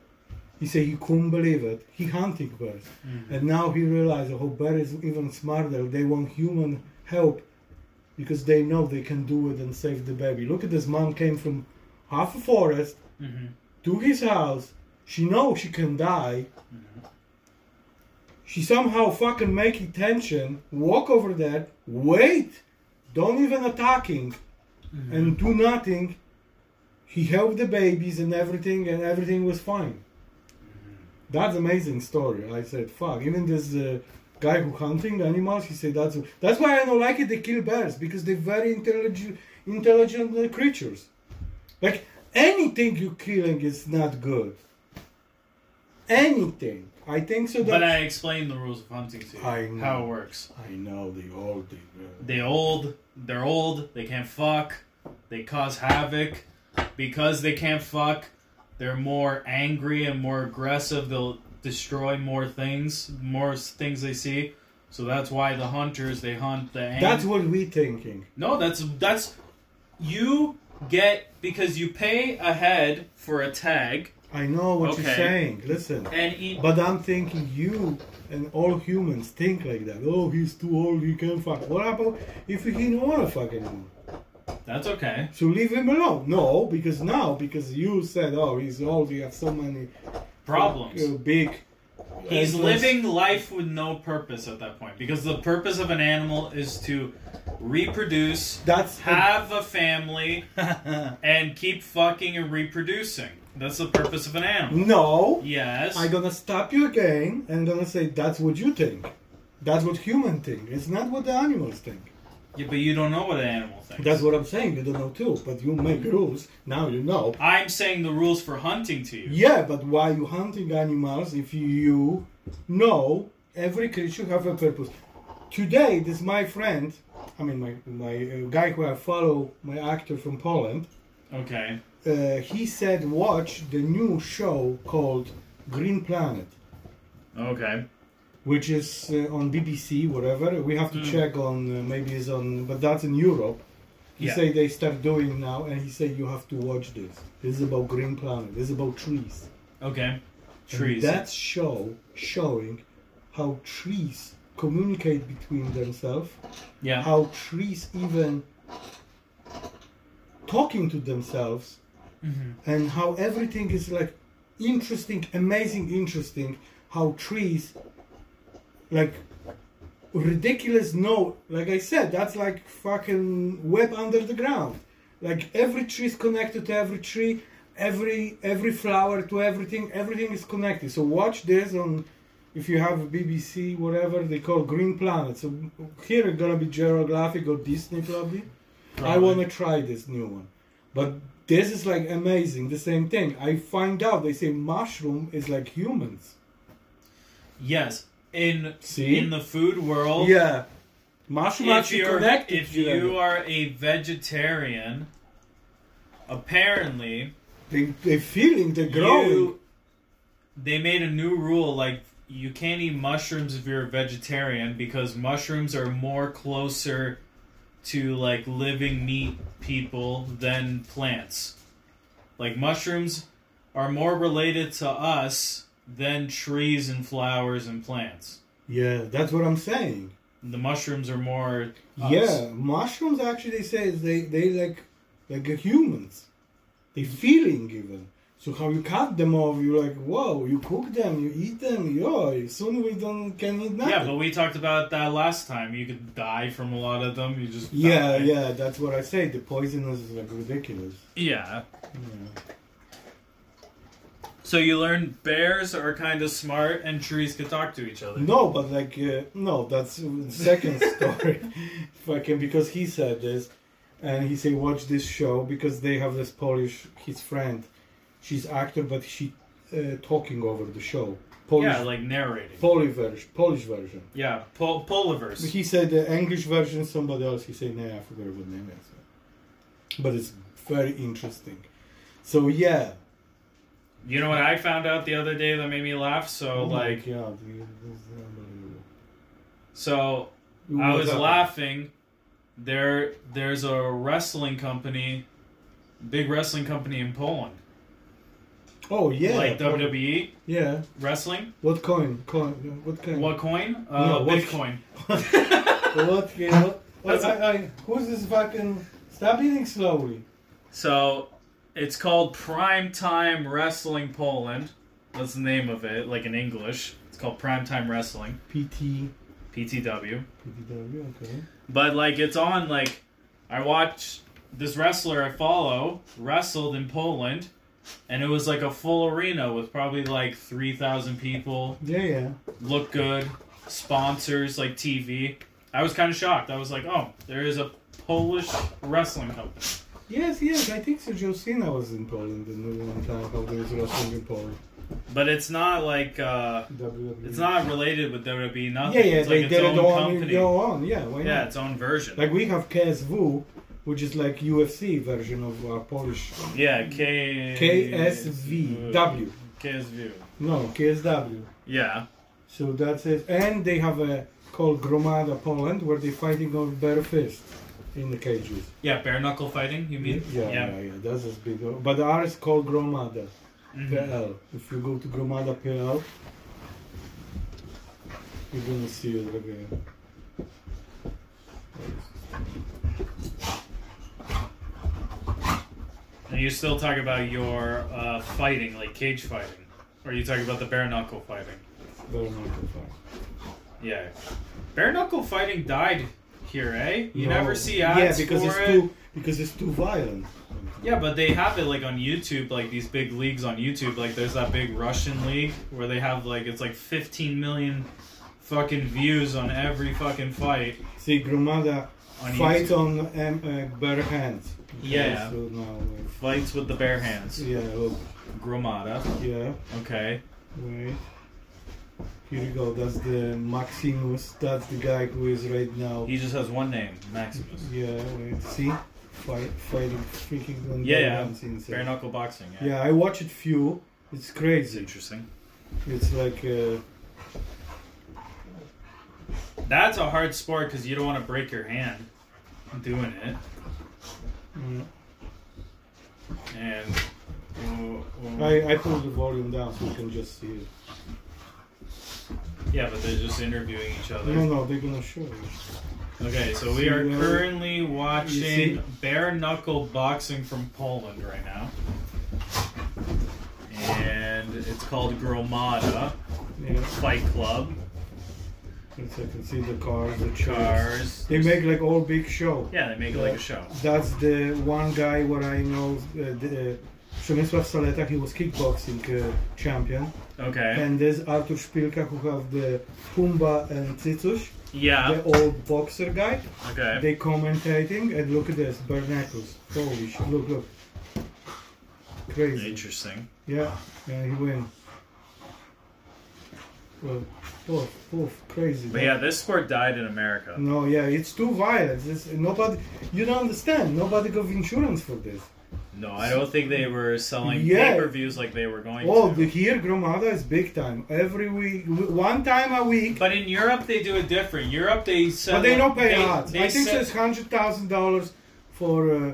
[SPEAKER 2] He said he couldn't believe it. He hunting bears. And now he realized the whole bear is even smarter. They want human help because they know they can do it and save the baby. Look at this mom came from half a forest
[SPEAKER 1] Mm-hmm.
[SPEAKER 2] to his house. She knows she can die. She somehow fucking make attention, walk over there, wait, don't even attacking, and do nothing. He helped the babies and everything, and everything was fine. That's amazing story. I said, fuck. Even this uh, guy who hunting animals, he said that's that's why I don't like it. They kill bears because they're very intelligent, intelligent uh, creatures. Like anything you killing is not good. Anything. I think so. That
[SPEAKER 1] But I explained the rules of hunting to you.
[SPEAKER 2] I know.
[SPEAKER 1] How it works.
[SPEAKER 2] I know the old thing. uh,
[SPEAKER 1] They old. They're old. They can't fuck. They cause havoc. Because they can't fuck, they're more angry and more aggressive. They'll destroy more things, more s- things they see. So that's why the hunters they hunt the. Ang-
[SPEAKER 2] That's what we thinking.
[SPEAKER 1] No, that's that's you get because you pay ahead for a tag
[SPEAKER 2] I know what you're
[SPEAKER 1] Okay.
[SPEAKER 2] saying. Listen.
[SPEAKER 1] and e-, eat.
[SPEAKER 2] But I'm thinking you and all humans think like that. Oh, he's too old, he can't fuck. What about if he don't want to fuck anymore?
[SPEAKER 1] That's okay.
[SPEAKER 2] So leave him alone. No, because now, because you said, oh, he's old, he has so many
[SPEAKER 1] Problems.
[SPEAKER 2] uh, big.
[SPEAKER 1] He's
[SPEAKER 2] endless-
[SPEAKER 1] living life with no purpose at that point because the purpose of an animal is to reproduce,
[SPEAKER 2] That's
[SPEAKER 1] have a family, and keep fucking and reproducing. That's the purpose of an animal.
[SPEAKER 2] no.
[SPEAKER 1] Yes.
[SPEAKER 2] I'm gonna stop you again and gonna say that's what you think. That's what human think. It's not what the animals think.
[SPEAKER 1] Yeah, but you don't know what an animal thinks.
[SPEAKER 2] That's what I'm saying. You don't know too, but you make rules. Now you know.
[SPEAKER 1] I'm saying the rules for hunting to you.
[SPEAKER 2] Yeah, but why you hunting animals if you know every creature have a purpose? Today, this my friend, I mean my my uh, guy who I follow, my actor from Poland.
[SPEAKER 1] Okay.
[SPEAKER 2] Uh, he said watch the new show called Green Planet,
[SPEAKER 1] Okay.
[SPEAKER 2] which is uh, on BBC, whatever. We have to
[SPEAKER 1] Mm.
[SPEAKER 2] check on uh, maybe it's on, but that's in Europe. He
[SPEAKER 1] Yeah.
[SPEAKER 2] say they start doing now, and he say you have to watch this. This is about Green Planet. This is about trees.
[SPEAKER 1] Okay.
[SPEAKER 2] And
[SPEAKER 1] Trees.
[SPEAKER 2] That's show showing how trees communicate between themselves,
[SPEAKER 1] yeah.
[SPEAKER 2] how trees even talking to themselves,
[SPEAKER 1] Mhm.
[SPEAKER 2] and how everything is like interesting, amazing, interesting. How trees, like ridiculous, no, like I said, that's like fucking web under the ground. Like every tree is connected to every tree, every every flower to everything. Everything is connected. So watch this on. If you have BBC, whatever they call Green Planet, so here it's gonna be Geographic or Disney probably. I
[SPEAKER 1] Probably.
[SPEAKER 2] wanna try this new one, but this is like amazing. The same thing. I find out they say mushroom is like humans.
[SPEAKER 1] Yes. In
[SPEAKER 2] See?
[SPEAKER 1] in the food world.
[SPEAKER 2] yeah, mushroom
[SPEAKER 1] if
[SPEAKER 2] actually
[SPEAKER 1] you're
[SPEAKER 2] connected.
[SPEAKER 1] if
[SPEAKER 2] to them.
[SPEAKER 1] you are a vegetarian, apparently
[SPEAKER 2] They, they feeling, they're growing.
[SPEAKER 1] you they made a new rule like you can't eat mushrooms if you're a vegetarian because mushrooms are more closer to like living meat people than plants. Like mushrooms are more related to us than trees and flowers and plants.
[SPEAKER 2] yeah, that's what I'm saying.
[SPEAKER 1] The mushrooms are more us.
[SPEAKER 2] Yeah, mushrooms actually say they they like like humans. They feeling even. So how you cut them off? You like whoa. You cook them. You eat them. Yo, soon we don't can eat nothing.
[SPEAKER 1] Yeah, but we talked about that last time. You could die from a lot of them. You just
[SPEAKER 2] yeah,
[SPEAKER 1] die.
[SPEAKER 2] yeah, that's what I say. The poisonous is like ridiculous.
[SPEAKER 1] yeah.
[SPEAKER 2] Yeah.
[SPEAKER 1] So you learn bears are kind of smart and trees can talk to each other.
[SPEAKER 2] No, but like uh, no, that's the second story. Fucking because he said this, and he say watch this show because they have this Polish his friend, she's actor but she uh, talking over the show Polish
[SPEAKER 1] Yeah, like narrating.
[SPEAKER 2] Polish version Polish version.
[SPEAKER 1] yeah, pol- Poliverse.
[SPEAKER 2] He said the English version. Somebody else he said nah I forgot what name is, but it's very interesting. So yeah,
[SPEAKER 1] You know what I found out the other day that made me laugh? So
[SPEAKER 2] Oh my
[SPEAKER 1] like,
[SPEAKER 2] God, this is unbelievable.
[SPEAKER 1] so I
[SPEAKER 2] What
[SPEAKER 1] was
[SPEAKER 2] happened?
[SPEAKER 1] laughing. There, there's a wrestling company, big wrestling company in Poland,
[SPEAKER 2] Oh yeah,
[SPEAKER 1] like E WWE
[SPEAKER 2] Yeah.
[SPEAKER 1] wrestling.
[SPEAKER 2] What coin? Coin? What kind?
[SPEAKER 1] What coin? Uh,
[SPEAKER 2] No, what-
[SPEAKER 1] Bitcoin.
[SPEAKER 2] What? what,
[SPEAKER 1] That's
[SPEAKER 2] I, I, who's this fucking? Stop eating slowly.
[SPEAKER 1] So it's called Primetime Wrestling Poland. That's the name of it, like in English. It's called Primetime Wrestling,
[SPEAKER 2] PT.
[SPEAKER 1] PTW.
[SPEAKER 2] PTW. Okay.
[SPEAKER 1] But like it's on like I watched this wrestler I follow wrestled in Poland and it was like a full arena with probably like 3000 people,
[SPEAKER 2] Yeah, yeah.
[SPEAKER 1] looked good, sponsors like TV. I was kind of shocked. I was like, "Oh, there is a Polish wrestling company."
[SPEAKER 2] Yes, yes. I think Sergio Cena was in Poland the one time how there was wrestling in Poland.
[SPEAKER 1] But it's not like uh
[SPEAKER 2] WWE.
[SPEAKER 1] It's not related with WWE,
[SPEAKER 2] Yeah,
[SPEAKER 1] nothing.
[SPEAKER 2] yeah.
[SPEAKER 1] it's
[SPEAKER 2] they
[SPEAKER 1] like
[SPEAKER 2] did
[SPEAKER 1] its
[SPEAKER 2] it
[SPEAKER 1] own
[SPEAKER 2] on
[SPEAKER 1] company.
[SPEAKER 2] go on. Yeah, why
[SPEAKER 1] yeah,
[SPEAKER 2] not?
[SPEAKER 1] its own version.
[SPEAKER 2] Like we have KSW, which is like UFC version of our Polish
[SPEAKER 1] yeah, K
[SPEAKER 2] KSVW.
[SPEAKER 1] KSV.
[SPEAKER 2] No, KSW.
[SPEAKER 1] Yeah.
[SPEAKER 2] So that's it. And they have a called Gromada Poland where they're fighting on bare fist in the cages.
[SPEAKER 1] Yeah, bare knuckle fighting, you mean?
[SPEAKER 2] yeah, yeah, yeah, that's as big. But ours is called Gromada
[SPEAKER 1] Mhm.
[SPEAKER 2] PL. If you go to Gromada PL, you're gonna see it again.
[SPEAKER 1] And you still talk about your uh, fighting, like cage fighting. Or you talk about the bare knuckle fighting.
[SPEAKER 2] Better not to fight.
[SPEAKER 1] Yeah. Bare knuckle fighting died here, eh? You
[SPEAKER 2] No.
[SPEAKER 1] never see
[SPEAKER 2] yeah,
[SPEAKER 1] ads
[SPEAKER 2] because
[SPEAKER 1] for
[SPEAKER 2] it's
[SPEAKER 1] it.
[SPEAKER 2] too because it's too violent.
[SPEAKER 1] Yeah, but they have it like on YouTube, like these big leagues on YouTube. Like there's that big Russian league where they have like it's like 15 million fucking views on every fucking fight.
[SPEAKER 2] See, Gromada
[SPEAKER 1] On
[SPEAKER 2] fight
[SPEAKER 1] YouTube.
[SPEAKER 2] on um, uh, bare hands.
[SPEAKER 1] Yeah.
[SPEAKER 2] So now, uh,
[SPEAKER 1] Fights with the bare hands.
[SPEAKER 2] yeah, look,
[SPEAKER 1] Gromada.
[SPEAKER 2] yeah.
[SPEAKER 1] Okay.
[SPEAKER 2] Wait. Here you go. That's the Maximus. That's the guy who is right now.
[SPEAKER 1] He just has one name, Maximus.
[SPEAKER 2] Yeah, wait. See? Fight, fighting freaking on
[SPEAKER 1] Yeah,
[SPEAKER 2] the
[SPEAKER 1] yeah.
[SPEAKER 2] ground, insane.
[SPEAKER 1] Bare knuckle boxing. Yeah.
[SPEAKER 2] Yeah, I watched it few. It's
[SPEAKER 1] It's
[SPEAKER 2] crazy.
[SPEAKER 1] interesting.
[SPEAKER 2] It's like uh,
[SPEAKER 1] That's a hard sport because you don't want to break your hand doing it.
[SPEAKER 2] mm,
[SPEAKER 1] And oh,
[SPEAKER 2] I I pulled the volume down so you can just see it.
[SPEAKER 1] yeah, but they're just interviewing each other.
[SPEAKER 2] No, no, they're gonna show it.
[SPEAKER 1] Okay, so we are currently watching
[SPEAKER 2] see?
[SPEAKER 1] bare knuckle boxing from Poland right now. And it's called Gromada
[SPEAKER 2] Yeah,
[SPEAKER 1] Fight Club
[SPEAKER 2] so I can see the cars, the chairs.
[SPEAKER 1] Cars.
[SPEAKER 2] They make like all big show.
[SPEAKER 1] Yeah, they make it like a show.
[SPEAKER 2] That's the one guy what I know. Uh, the, uh, Przemysław Saleta, he was kickboxing uh, champion.
[SPEAKER 1] Okay.
[SPEAKER 2] And there's Artur Szpilka who have the Pumba and Cicuś,
[SPEAKER 1] Yeah.
[SPEAKER 2] the old boxer guy.
[SPEAKER 1] Okay.
[SPEAKER 2] They commentating and look at this, Bernacles. Holy shit, look, look. Crazy.
[SPEAKER 1] Interesting.
[SPEAKER 2] Yeah, yeah, he win. Well, poof, poof, oh, crazy.
[SPEAKER 1] But yeah, this sport died in America.
[SPEAKER 2] No, yeah, it's too violent. It's, nobody, you don't understand. Nobody got insurance for this.
[SPEAKER 1] No, I don't think they were selling
[SPEAKER 2] Yeah.
[SPEAKER 1] pay-per-views like they were going
[SPEAKER 2] Oh,
[SPEAKER 1] to.
[SPEAKER 2] the here Gromada is big time. Every week, one time a week,
[SPEAKER 1] But in Europe, they do it different. Europe, they sell.
[SPEAKER 2] but they don't pay a lot.
[SPEAKER 1] they
[SPEAKER 2] I think
[SPEAKER 1] sell-
[SPEAKER 2] it's hundred thousand dollars for. Uh,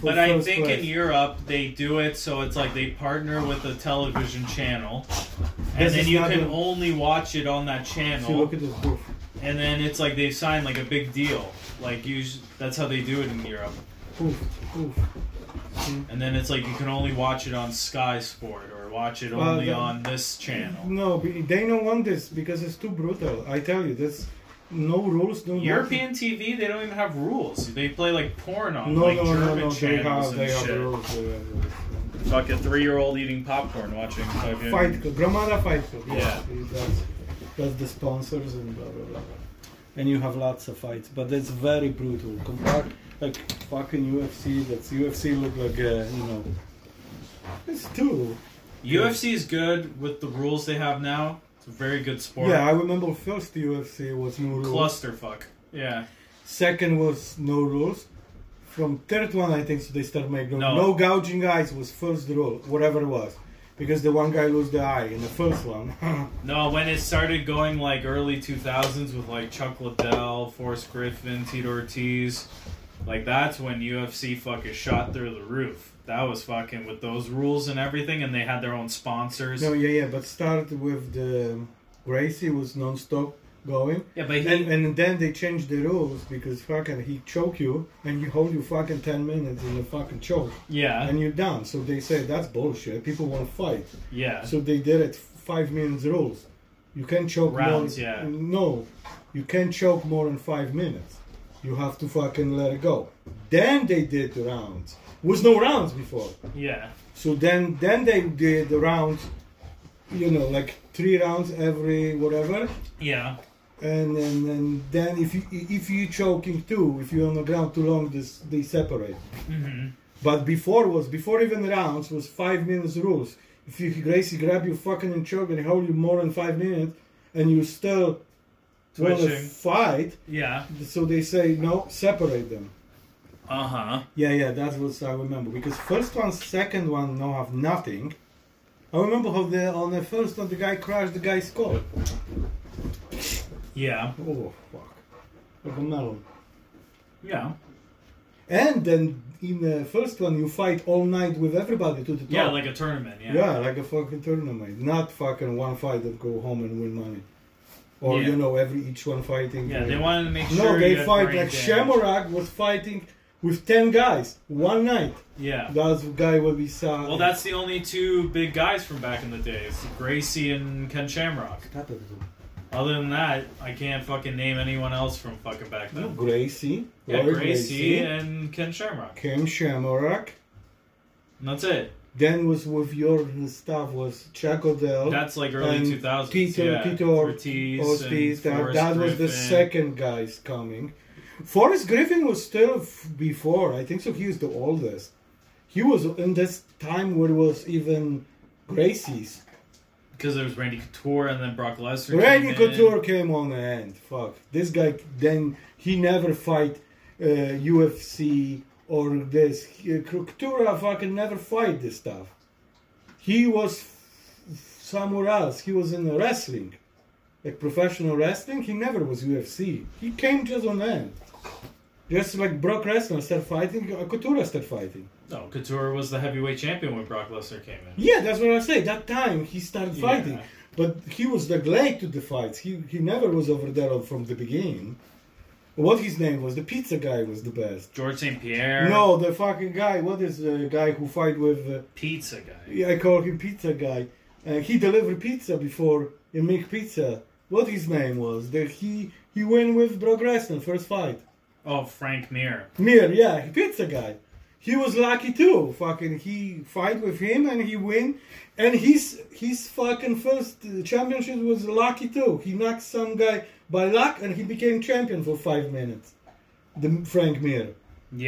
[SPEAKER 2] for
[SPEAKER 1] But I
[SPEAKER 2] first
[SPEAKER 1] think
[SPEAKER 2] class.
[SPEAKER 1] in Europe they do it so it's like they partner with a television channel, and
[SPEAKER 2] This
[SPEAKER 1] then
[SPEAKER 2] is
[SPEAKER 1] you
[SPEAKER 2] not
[SPEAKER 1] can
[SPEAKER 2] a-
[SPEAKER 1] only watch it on that
[SPEAKER 2] If you look
[SPEAKER 1] channel.
[SPEAKER 2] at this booth.
[SPEAKER 1] And then it's like they sign like a big deal. Like you, s- that's how they do it in Europe.
[SPEAKER 2] Poof, poof.
[SPEAKER 1] And then it's like you can only watch it on Sky Sport or watch it
[SPEAKER 2] Well,
[SPEAKER 1] only
[SPEAKER 2] the-
[SPEAKER 1] on this channel.
[SPEAKER 2] No, be- they don't want this because it's too brutal. I tell you, that's no rules, no. nothing.
[SPEAKER 1] European TV, they don't even have rules. They play like porn on
[SPEAKER 2] No,
[SPEAKER 1] like
[SPEAKER 2] no, no,
[SPEAKER 1] German
[SPEAKER 2] no. They
[SPEAKER 1] channels
[SPEAKER 2] have, they
[SPEAKER 1] and
[SPEAKER 2] have
[SPEAKER 1] shit.
[SPEAKER 2] rules. They have rules.
[SPEAKER 1] Fuck a three year old eating popcorn watching fucking.
[SPEAKER 2] Fight Club, Gramada Fight Club. Yes,
[SPEAKER 1] Yeah.
[SPEAKER 2] yeah. That's, that's the sponsors and blah blah blah. And you have lots of fights, but that's very brutal. Compared like fucking UFC, that's UFC look like uh, you know. It's two.
[SPEAKER 1] UFC is good with the rules they have now. It's a very good sport.
[SPEAKER 2] Yeah, I remember first UFC was no rules.
[SPEAKER 1] Clusterfuck. Yeah.
[SPEAKER 2] Second was no rules. From third one, I think so they start making
[SPEAKER 1] No.
[SPEAKER 2] no. gouging eyes was first rule, whatever it was, because the one guy lost the eye in the first one.
[SPEAKER 1] No, when it started going like early 2000s with like Chuck Liddell, Forrest Griffin, Tito Ortiz, like that's when UFC fucking shot through the roof. That was fucking with those rules and everything, and they had their own sponsors.
[SPEAKER 2] no, yeah, yeah, but start with the Gracie was non-stop going,
[SPEAKER 1] yeah, but he,
[SPEAKER 2] and and then they changed the rules because fucking he choke you and you hold you fucking ten minutes in the fucking choke
[SPEAKER 1] yeah,
[SPEAKER 2] and you're done. So they say that's bullshit. People want to fight.
[SPEAKER 1] yeah,
[SPEAKER 2] So they did it five minutes rules. You can choke
[SPEAKER 1] Rounds,
[SPEAKER 2] more.
[SPEAKER 1] yeah.
[SPEAKER 2] No, you can't choke more than five minutes. You have to fucking let it go. Then they did the rounds. Was no rounds before.
[SPEAKER 1] yeah,
[SPEAKER 2] So then, then they did the rounds. You know, like three rounds every whatever.
[SPEAKER 1] yeah.
[SPEAKER 2] And then, and then if you if you choking too, if you're on the ground too long, this they separate.
[SPEAKER 1] hmm
[SPEAKER 2] But before was before even rounds was five minutes rules. If you Gracie grab you fucking and choke and hold you more than five minutes, and you still want to
[SPEAKER 1] Twitching.
[SPEAKER 2] fight,
[SPEAKER 1] Yeah.
[SPEAKER 2] so they say no, separate them.
[SPEAKER 1] Uh huh.
[SPEAKER 2] Yeah, yeah, that's what I remember because first one, second one, no have nothing. I remember how the on the first one the guy crashed the guy's skull.
[SPEAKER 1] Yeah.
[SPEAKER 2] Oh fuck, like a melon.
[SPEAKER 1] Yeah.
[SPEAKER 2] And then in the first one you fight all night with everybody to the top.
[SPEAKER 1] Yeah, like a tournament. Yeah.
[SPEAKER 2] Yeah, like a fucking tournament. Not fucking one fight that go home and win money. Or
[SPEAKER 1] Yeah.
[SPEAKER 2] you know, every each one fighting.
[SPEAKER 1] Yeah, they wanted to make
[SPEAKER 2] no,
[SPEAKER 1] sure. you
[SPEAKER 2] they
[SPEAKER 1] had
[SPEAKER 2] fight
[SPEAKER 1] brain
[SPEAKER 2] like
[SPEAKER 1] damage.
[SPEAKER 2] Shamrock was fighting with ten guys one night.
[SPEAKER 1] Yeah.
[SPEAKER 2] That's the guy what we saw.
[SPEAKER 1] Well, that's the only two big guys from back in the day. It's Gracie and Ken Shamrock. Other than that, I can't fucking name anyone else from fucking back
[SPEAKER 2] No,
[SPEAKER 1] then.
[SPEAKER 2] Gracie.
[SPEAKER 1] Yeah,
[SPEAKER 2] Roy
[SPEAKER 1] Gracie, and Ken Shamrock.
[SPEAKER 2] Cam Shamrock.
[SPEAKER 1] And that's it.
[SPEAKER 2] Then was with your stuff was Chuck Odell.
[SPEAKER 1] That's like early
[SPEAKER 2] Oh, And
[SPEAKER 1] 2000s.
[SPEAKER 2] Peter-
[SPEAKER 1] yeah.
[SPEAKER 2] Peter
[SPEAKER 1] Ortiz,
[SPEAKER 2] Ortiz,
[SPEAKER 1] and
[SPEAKER 2] that,
[SPEAKER 1] Forrest
[SPEAKER 2] that was the
[SPEAKER 1] Griffin.
[SPEAKER 2] second guys coming. Forrest Griffin was still f- before, I think so. He was the oldest. He was in this time where it was even Gracie's.
[SPEAKER 1] Because there was Randy Couture and then Brock Lesnar.
[SPEAKER 2] Randy
[SPEAKER 1] came in.
[SPEAKER 2] Couture came on the end. Fuck this guy. Then he never fight uh, UFC or this. He- Couture fucking never fight this stuff. He was f- somewhere else. He was in wrestling, like professional wrestling. He never was UFC. He came just on the end. Just like Brock Lesnar started fighting, uh, Couture started fighting.
[SPEAKER 1] No, Couture was the heavyweight champion when Brock Lesnar came in.
[SPEAKER 2] Yeah, that's what I say. That time he started
[SPEAKER 1] Yeah.
[SPEAKER 2] fighting, but he was like late to the fights. He he never was over there from the beginning. What his name was? The pizza guy was the best.
[SPEAKER 1] George St. Pierre.
[SPEAKER 2] No, the fucking guy. What is the guy who fight with? Uh,
[SPEAKER 1] Pizza guy.
[SPEAKER 2] yeah, I call him pizza guy. Uh, he delivered pizza before and make pizza. What his name was? That he he went with Brock Lesnar first fight.
[SPEAKER 1] Oh, Frank Mir.
[SPEAKER 2] Mir, yeah, he pizza guy. He was lucky too. Fucking, he fight with him and he win. And his his fucking first uh, championship was lucky too. He knocked some guy by luck and he became champion for five minutes. The Frank Mir.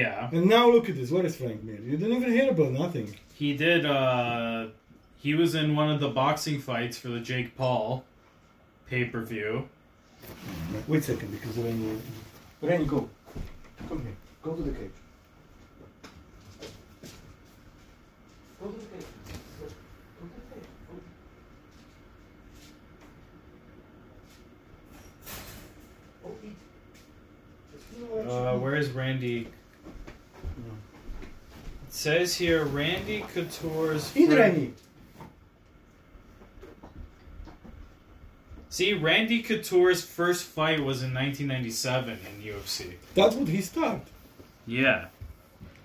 [SPEAKER 1] Yeah.
[SPEAKER 2] And now look at this. What is Frank Mir? You didn't even hear about nothing.
[SPEAKER 1] He did. Uh, he was in one of the boxing fights for the Jake Paul pay per view.
[SPEAKER 2] Wait a second, because when you
[SPEAKER 3] Randy, go.
[SPEAKER 2] come here, go to the cage.
[SPEAKER 1] Uh, where is Randy? It says here Randy Couture's. friend-
[SPEAKER 2] Idrani.
[SPEAKER 1] See, Randy Couture's first fight was in 1997 in UFC.
[SPEAKER 2] That's what he start.
[SPEAKER 1] Yeah.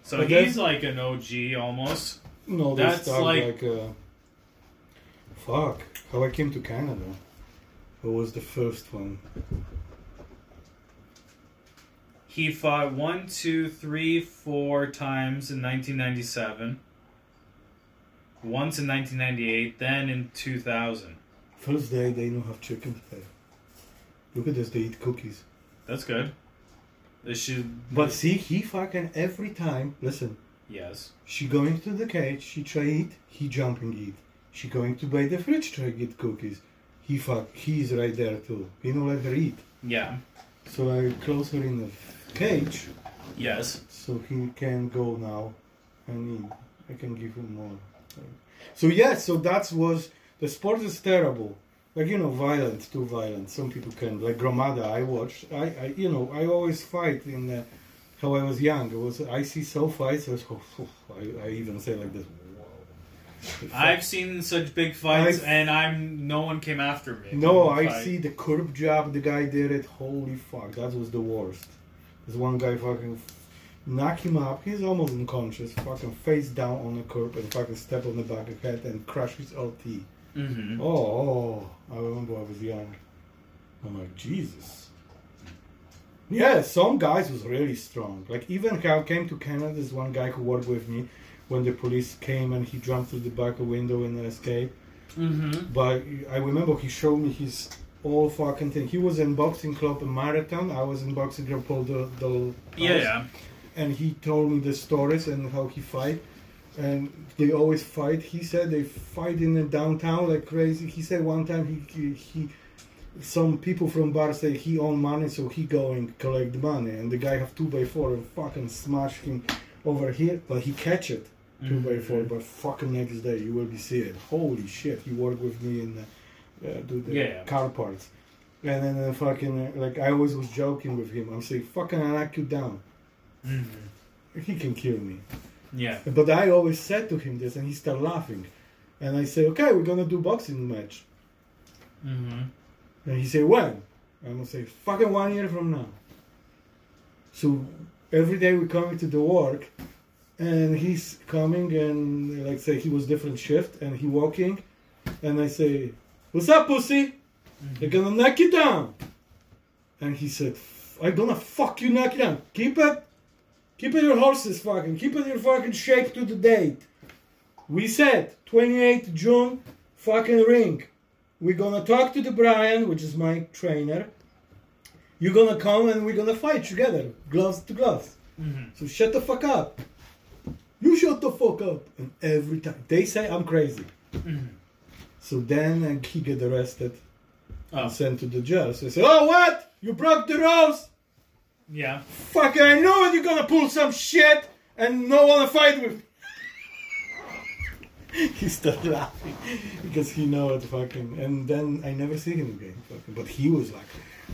[SPEAKER 1] So
[SPEAKER 2] But
[SPEAKER 1] he's
[SPEAKER 2] that's-
[SPEAKER 1] like an OG almost.
[SPEAKER 2] No, they
[SPEAKER 1] That's
[SPEAKER 2] start
[SPEAKER 1] like-
[SPEAKER 2] like, uh, fuck. How I came to Canada. What was the first one?
[SPEAKER 1] He fought one, two, three, four times in 1997. once in 1998, then in 2000.
[SPEAKER 2] First day they don't have chicken there. Look at this, they eat cookies.
[SPEAKER 1] That's good. This should.
[SPEAKER 2] But see, he fucking every time. Listen,
[SPEAKER 1] yes.
[SPEAKER 2] she going to the cage, she try eat, he jumping eat. She going to buy the fridge, try get cookies. He fuck, he's right there too. He don't let her eat.
[SPEAKER 1] Yeah.
[SPEAKER 2] So I close her in the cage,
[SPEAKER 1] Yes.
[SPEAKER 2] so he can go now, and eat. I can give him more. So yeah, so that was the sport is terrible. Like you know, violent, too violent. Some people can like Gramada. I watched. I, I you know, I always fight in the, how I was young. It was I see so fights. I, was, oh, oh, I, I even say like this. Wow.
[SPEAKER 1] I've seen such big fights,
[SPEAKER 2] I've-
[SPEAKER 1] and I'm no one came after me.
[SPEAKER 2] No,
[SPEAKER 1] in the
[SPEAKER 2] I
[SPEAKER 1] fight.
[SPEAKER 2] see the curb job the guy did it. Holy fuck, that was the worst. This one guy fucking f- knock him up. He's almost unconscious. Fucking face down on the curb and fucking step on the back of head and crush his LT.
[SPEAKER 1] Mhm.
[SPEAKER 2] Oh, oh, I remember I was young. I'm like Jesus. Yeah, some guys was really strong. Like even how I came to Canada, this one guy who worked with me when the police came and he jumped through the back window and escaped.
[SPEAKER 1] Mhm.
[SPEAKER 2] But I remember he showed me his all fucking thing. He was in boxing club in Marathon. I was in boxing club Paul Del, Del
[SPEAKER 1] Yeah, yeah.
[SPEAKER 2] And he told me the stories and how he fight. And they always fight. He said they fight in the downtown like crazy. He said one time he he, he some people from bar say he own money, so he go and collect money. And the guy have two by four and fucking smash him over here, but he catch it two by four. But fucking next day you will be see it. Holy shit! He worked with me in uh, uh, do the
[SPEAKER 1] Yeah.
[SPEAKER 2] car parts, and then uh, fucking uh, like I always was joking with him. I'm saying fucking I knock you down.
[SPEAKER 1] Mhm.
[SPEAKER 2] He can kill me.
[SPEAKER 1] Yeah.
[SPEAKER 2] But I always said to him this, and he started laughing. And I say, okay, we're gonna do boxing match.
[SPEAKER 1] Mhm.
[SPEAKER 2] And he say, when? I'm gonna say, fucking one year from now. So every day we coming to the work, and he's coming and like say he was different shift, and he walking, and I say, what's up, pussy? They're gonna knock you down. And he said, "F- I'm gonna fuck you, knock you down. Keep it, keep it your horses, fucking, keep it your fucking shape to the date. We said 28 June, fucking ring. We're gonna talk to the Brian, which is my trainer. You're gonna come and we're gonna fight together, gloves to gloves.
[SPEAKER 1] Mhm.
[SPEAKER 2] So shut the fuck up. You shut the fuck up. And every time they say I'm crazy.
[SPEAKER 1] Mhm.
[SPEAKER 2] So then uh, he get arrested and
[SPEAKER 1] Oh.
[SPEAKER 2] sent to the jail. So I say, oh what? You broke the rules?
[SPEAKER 1] Yeah.
[SPEAKER 2] Fucker, I know it, you're gonna pull some shit and no one to fight with. he started laughing because he know it fucking. And then I never see him again. Fucking. But he was like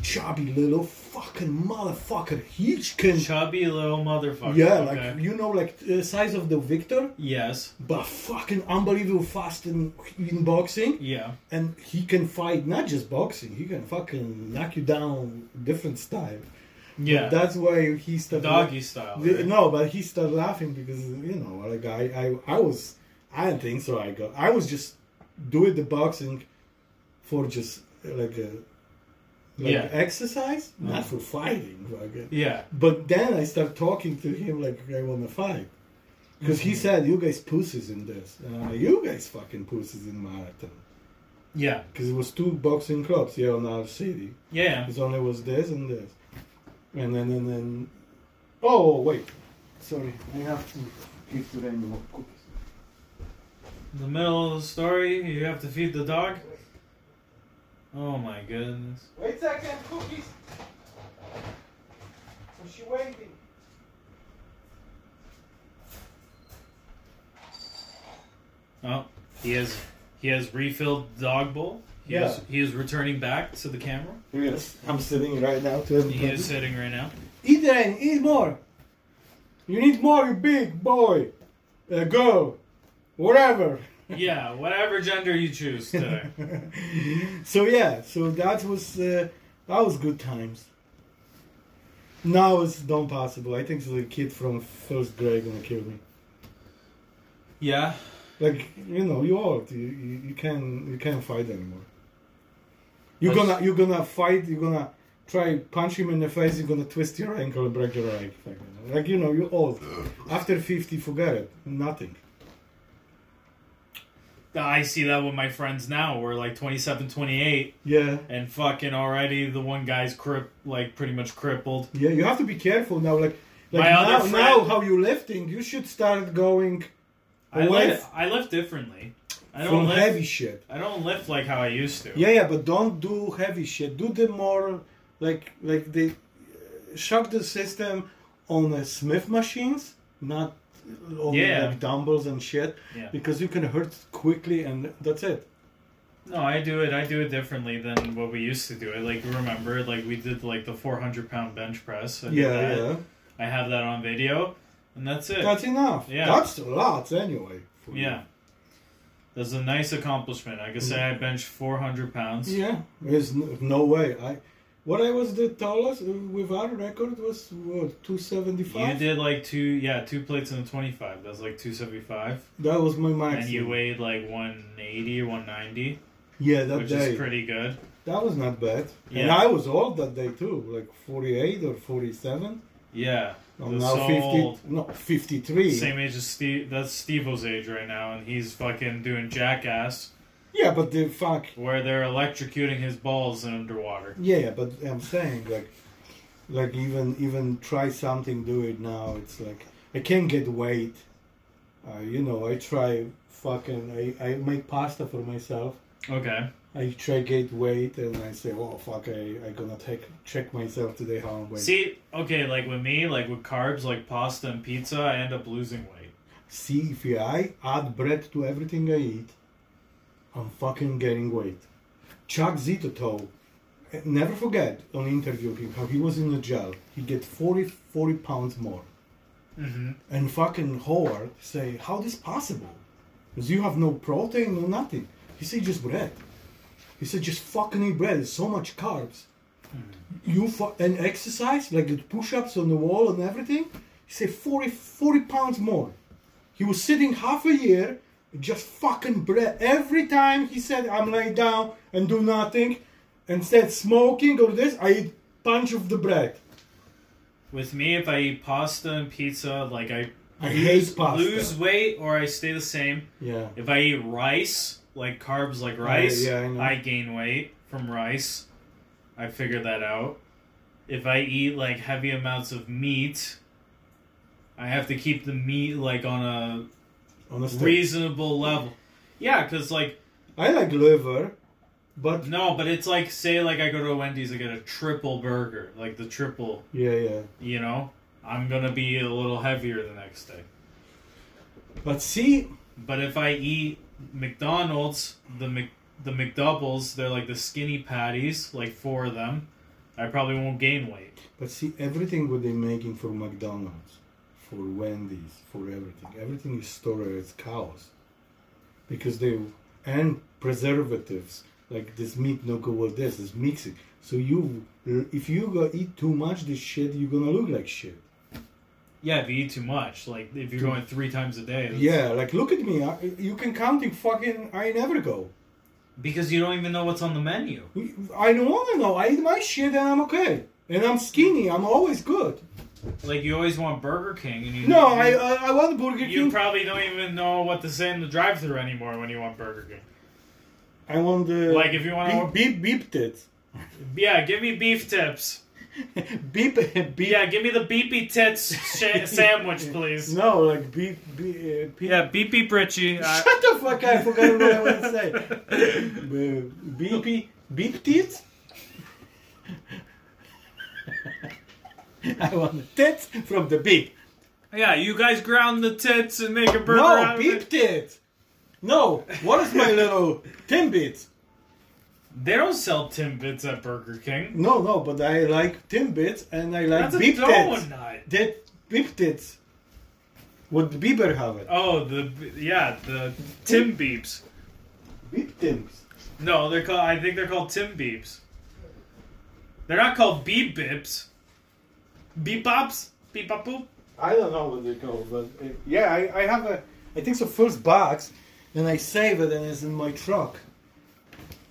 [SPEAKER 2] chubby little fucking motherfucker. He can.
[SPEAKER 1] Chubby little motherfucker.
[SPEAKER 2] yeah,
[SPEAKER 1] okay.
[SPEAKER 2] like you know, like uh, size of the victor,
[SPEAKER 1] Yes.
[SPEAKER 2] but fucking unbelievable fast in, in boxing
[SPEAKER 1] Yeah.
[SPEAKER 2] and he can fight not just boxing he can fucking knock you down different style
[SPEAKER 1] Yeah.
[SPEAKER 2] that's why he started
[SPEAKER 1] Doggy style.
[SPEAKER 2] The-
[SPEAKER 1] right?
[SPEAKER 2] no but he started laughing because you know like i i, I was i didn't think so i got i was just doing the boxing for just like a like
[SPEAKER 1] Yeah.
[SPEAKER 2] exercise not for fighting like, uh,
[SPEAKER 1] Yeah.
[SPEAKER 2] but then i start talking to him like i want to fight because he said you guys pussies in this and I'm like, you guys fucking pussies in marathon
[SPEAKER 1] Yeah.
[SPEAKER 2] because it was two boxing clubs here on our city.
[SPEAKER 1] Yeah.
[SPEAKER 2] It only was this and this, and then and then. Oh wait, sorry, I have to.
[SPEAKER 3] Give the random of cookies.
[SPEAKER 1] The middle of the story, you have to feed the dog. Oh my goodness.
[SPEAKER 2] Wait a second, cookies. Was she waiting?
[SPEAKER 1] Oh, he has he has refilled the dog bowl. He is he is returning back to the camera.
[SPEAKER 2] Yes, I'm sitting right now to
[SPEAKER 1] He
[SPEAKER 2] everybody.
[SPEAKER 1] is sitting right now.
[SPEAKER 2] Eat then, eat more. You need more, you big boy. Uh, go, whatever.
[SPEAKER 1] Yeah, whatever gender you choose today.
[SPEAKER 2] so yeah, so that was uh, that was good times. Now it's not possible. I think the kid from first grade gonna kill me.
[SPEAKER 1] Yeah.
[SPEAKER 2] Like you know, you old. You you, you can you can't fight anymore. You're
[SPEAKER 1] I s-
[SPEAKER 2] gonna you're gonna fight. You're gonna try punch him in the face. You're gonna twist your ankle and break your leg. Like you know, you're old. After fifty, forget it. Nothing.
[SPEAKER 1] I see that with my friends now. We're like 27, 28,
[SPEAKER 2] Yeah.
[SPEAKER 1] and fucking already the one guy's crip, like pretty much crippled.
[SPEAKER 2] Yeah, you have to be careful now. Like, like
[SPEAKER 1] My
[SPEAKER 2] now,
[SPEAKER 1] other
[SPEAKER 2] now,
[SPEAKER 1] friend-
[SPEAKER 2] how you lifting, you should start going
[SPEAKER 1] I
[SPEAKER 2] Away
[SPEAKER 1] lift, I lift differently. I
[SPEAKER 2] from
[SPEAKER 1] don't lift.
[SPEAKER 2] heavy shit.
[SPEAKER 1] I don't lift like how I used to.
[SPEAKER 2] Yeah, yeah, but don't do heavy shit. Do the more like like they uh, shock the system on uh, Smith machines, not on
[SPEAKER 1] Yeah.
[SPEAKER 2] like dumbbells and shit,
[SPEAKER 1] Yeah.
[SPEAKER 2] because you can hurt quickly and that's it.
[SPEAKER 1] No, I do it. I do it differently than what we used to do it. Like remember, like we did like the 400 pound bench press. I did
[SPEAKER 2] Yeah,
[SPEAKER 1] that.
[SPEAKER 2] yeah,
[SPEAKER 1] I have that on video, and that's it.
[SPEAKER 2] that's enough.
[SPEAKER 1] Yeah.
[SPEAKER 2] that's a lot anyway. for you.
[SPEAKER 1] yeah. That's a nice accomplishment. I could say I benched 400 pounds.
[SPEAKER 2] yeah. There's no, no way. I what I was the tallest uh, with our record was what two seventy
[SPEAKER 1] You
[SPEAKER 2] five.
[SPEAKER 1] did like two, yeah, two plates and a 25. That's like 275.
[SPEAKER 2] That was my max.
[SPEAKER 1] And you weighed like 180, 190,
[SPEAKER 2] yeah, that
[SPEAKER 1] which
[SPEAKER 2] day.
[SPEAKER 1] is pretty good.
[SPEAKER 2] That was not bad. And
[SPEAKER 1] Yeah.
[SPEAKER 2] I was old that day too, like 48 or 47.
[SPEAKER 1] Yeah. The
[SPEAKER 2] I'm now 50.
[SPEAKER 1] soul-
[SPEAKER 2] No, 53.
[SPEAKER 1] Same age as Steve. That's Steve O's age right now, and he's fucking doing jackass
[SPEAKER 2] Yeah, but the fuck.
[SPEAKER 1] where they're electrocuting his balls in underwater.
[SPEAKER 2] Yeah, yeah, but I'm saying like, like even even try something, do it now. It's like I can't get weight. Uh, you know, I try fucking. I I make pasta for myself.
[SPEAKER 1] Okay.
[SPEAKER 2] I try get weight, and I say, oh fuck, I I gonna take check myself today how I'm weight.
[SPEAKER 1] See, okay, like with me, like with carbs, like pasta and pizza, I end up losing weight.
[SPEAKER 2] See if I add bread to everything I eat, I'm fucking getting weight. Chuck Zitoto, never forget on interview him how he was in the jail. He get 40, 40 pounds more.
[SPEAKER 1] Mm-hmm.
[SPEAKER 2] And fucking Howard say, how this possible? Because you have no protein, no nothing. He said just bread. He said just fucking eat bread. It's so much carbs. You fu- and exercise like the push-ups on the wall and everything. He said 40, 40 pounds more. He was sitting half a year, just fucking bread. Every time he said, I'm laid down and do nothing, instead smoking or this, I eat bunch of the bread.
[SPEAKER 1] With me, if I eat pasta and pizza, like I
[SPEAKER 2] I
[SPEAKER 1] lose,
[SPEAKER 2] hate pasta.
[SPEAKER 1] lose weight or I stay the same.
[SPEAKER 2] Yeah.
[SPEAKER 1] If I eat rice, like carbs, like rice,
[SPEAKER 2] yeah, I know.
[SPEAKER 1] I gain weight from rice. I figured that out. If I eat like heavy amounts of meat, I have to keep the meat like on a
[SPEAKER 2] On a stick.
[SPEAKER 1] reasonable level. Yeah, because like
[SPEAKER 2] I like liver, but
[SPEAKER 1] no, but it's like say like I go to a Wendy's, I get a triple burger, like the triple.
[SPEAKER 2] yeah, yeah.
[SPEAKER 1] You know, I'm gonna be a little heavier the next day.
[SPEAKER 2] But see,
[SPEAKER 1] But if I eat McDonald's, the Mc, the McDoubles, they're like the skinny patties, like four of them. I probably won't gain weight.
[SPEAKER 2] but see, everything what they're making for McDonald's, for Wendy's, for everything, everything is stored as cows, because they and preservatives like this meat no go with this is mixing. So you, if you go eat too much this shit, you're gonna look like shit.
[SPEAKER 1] Yeah, if you eat too much, like if you're going three times a day. that's-
[SPEAKER 2] Yeah, like look at me. I, you can count in fucking. I never go.
[SPEAKER 1] Because you don't even know what's on the menu.
[SPEAKER 2] I don't want to know. I eat my shit and I'm okay. And I'm skinny. I'm always good.
[SPEAKER 1] Like you always want Burger King, and you
[SPEAKER 2] No,
[SPEAKER 1] you,
[SPEAKER 2] I uh, I, I want Burger
[SPEAKER 1] you
[SPEAKER 2] King.
[SPEAKER 1] probably don't even know what to say in the drive-thru anymore when you want Burger King.
[SPEAKER 2] I want the
[SPEAKER 1] Like if you want to,
[SPEAKER 2] beep beep beep tits.
[SPEAKER 1] yeah, give me beef tips.
[SPEAKER 2] beep beep.
[SPEAKER 1] Yeah, give me the beepy tits sh- sandwich, please.
[SPEAKER 2] No, like beep beep. Uh, beep.
[SPEAKER 1] Yeah, beepy Britchie. Uh, I-
[SPEAKER 2] Shut the fuck! up, I forgot what I want to say. Beep beep beep tits. I want the tits from the beep.
[SPEAKER 1] Yeah, you guys ground the tits and make a burger out
[SPEAKER 2] No,
[SPEAKER 1] of it.
[SPEAKER 2] beep tits. No, what is my little timbits?
[SPEAKER 1] They don't sell Timbits at Burger King.
[SPEAKER 2] No, no, but I like timbits and I like
[SPEAKER 1] That's a
[SPEAKER 2] beep tits.
[SPEAKER 1] donut.
[SPEAKER 2] That beep tits. Would Bieber have it?
[SPEAKER 1] Oh, the yeah, the Tim Beeps.
[SPEAKER 2] Beep tits.
[SPEAKER 1] No, they're called. I think they're called Tim Beeps. They're not called Beep Bips. Beep Bops. Beep Bop Boop.
[SPEAKER 2] I don't know what they call, but uh, yeah, I, I have a. I think it's the first box, and I save it, and it's in my truck.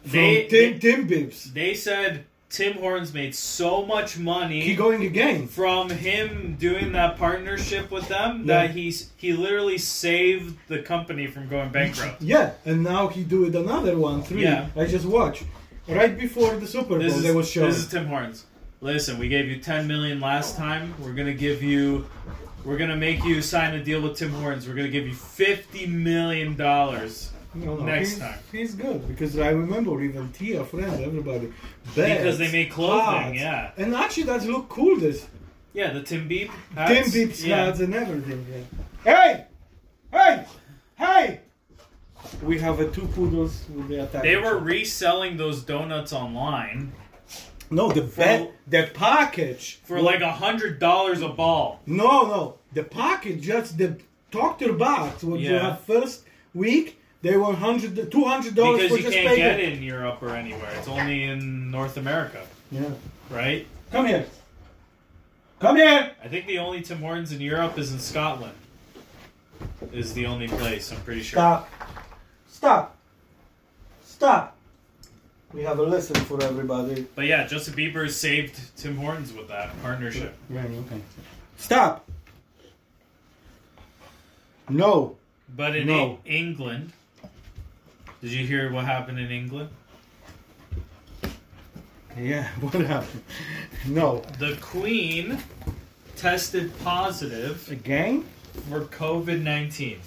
[SPEAKER 2] From
[SPEAKER 1] They-
[SPEAKER 2] Tim Tim Bips.
[SPEAKER 1] They said Tim Hortons made so much money
[SPEAKER 2] He going again.
[SPEAKER 1] from him doing that partnership with them
[SPEAKER 2] Yeah.
[SPEAKER 1] that he's he literally saved the company from going bankrupt.
[SPEAKER 2] Yeah, and now he do it another one three.
[SPEAKER 1] Yeah.
[SPEAKER 2] I just watch right before the Super Bowl
[SPEAKER 1] This
[SPEAKER 2] they was
[SPEAKER 1] is,
[SPEAKER 2] showing.
[SPEAKER 1] this is Tim Hortons. Listen, we gave you 10 million last time. We're gonna give you, we're gonna make you sign a deal with Tim Hortons. We're gonna give you 50 million dollars
[SPEAKER 2] No, no,
[SPEAKER 1] next
[SPEAKER 2] he's,
[SPEAKER 1] time.
[SPEAKER 2] he's good because I remember even Tia, friend, everybody.
[SPEAKER 1] because they make clothing.
[SPEAKER 2] hats.
[SPEAKER 1] Yeah,
[SPEAKER 2] And actually, that look cool. This
[SPEAKER 1] yeah. The Tim Beep.
[SPEAKER 2] Tim
[SPEAKER 1] hats.
[SPEAKER 2] Beeps
[SPEAKER 1] Yeah.
[SPEAKER 2] hats and everything. Yeah. Hey, hey, hey! We have a two poodles. with the attack.
[SPEAKER 1] They were reselling those donuts online
[SPEAKER 2] no the
[SPEAKER 1] for-
[SPEAKER 2] ba- the package
[SPEAKER 1] for like a hundred dollars a ball.
[SPEAKER 2] No, no. The package, just the doctor box, what you
[SPEAKER 1] Yeah.
[SPEAKER 2] have first week, they were 100 $200
[SPEAKER 1] Because
[SPEAKER 2] for
[SPEAKER 1] you
[SPEAKER 2] just
[SPEAKER 1] can't get
[SPEAKER 2] paper.
[SPEAKER 1] it in Europe or anywhere. It's only in North America,
[SPEAKER 2] Yeah.
[SPEAKER 1] right?
[SPEAKER 2] Come here. Come here.
[SPEAKER 1] I think the only Tim Hortons in Europe is in Scotland. Is the only place I'm pretty sure.
[SPEAKER 2] Stop. Stop. Stop. We have a lesson for everybody.
[SPEAKER 1] But yeah, Justin Bieber saved Tim Hortons with that partnership.
[SPEAKER 2] okay. Stop. No.
[SPEAKER 1] But in
[SPEAKER 2] No.
[SPEAKER 1] E- England, did you hear what happened in England?
[SPEAKER 2] Yeah, what happened? No.
[SPEAKER 1] The Queen tested positive
[SPEAKER 2] Again?
[SPEAKER 1] for COVID nineteen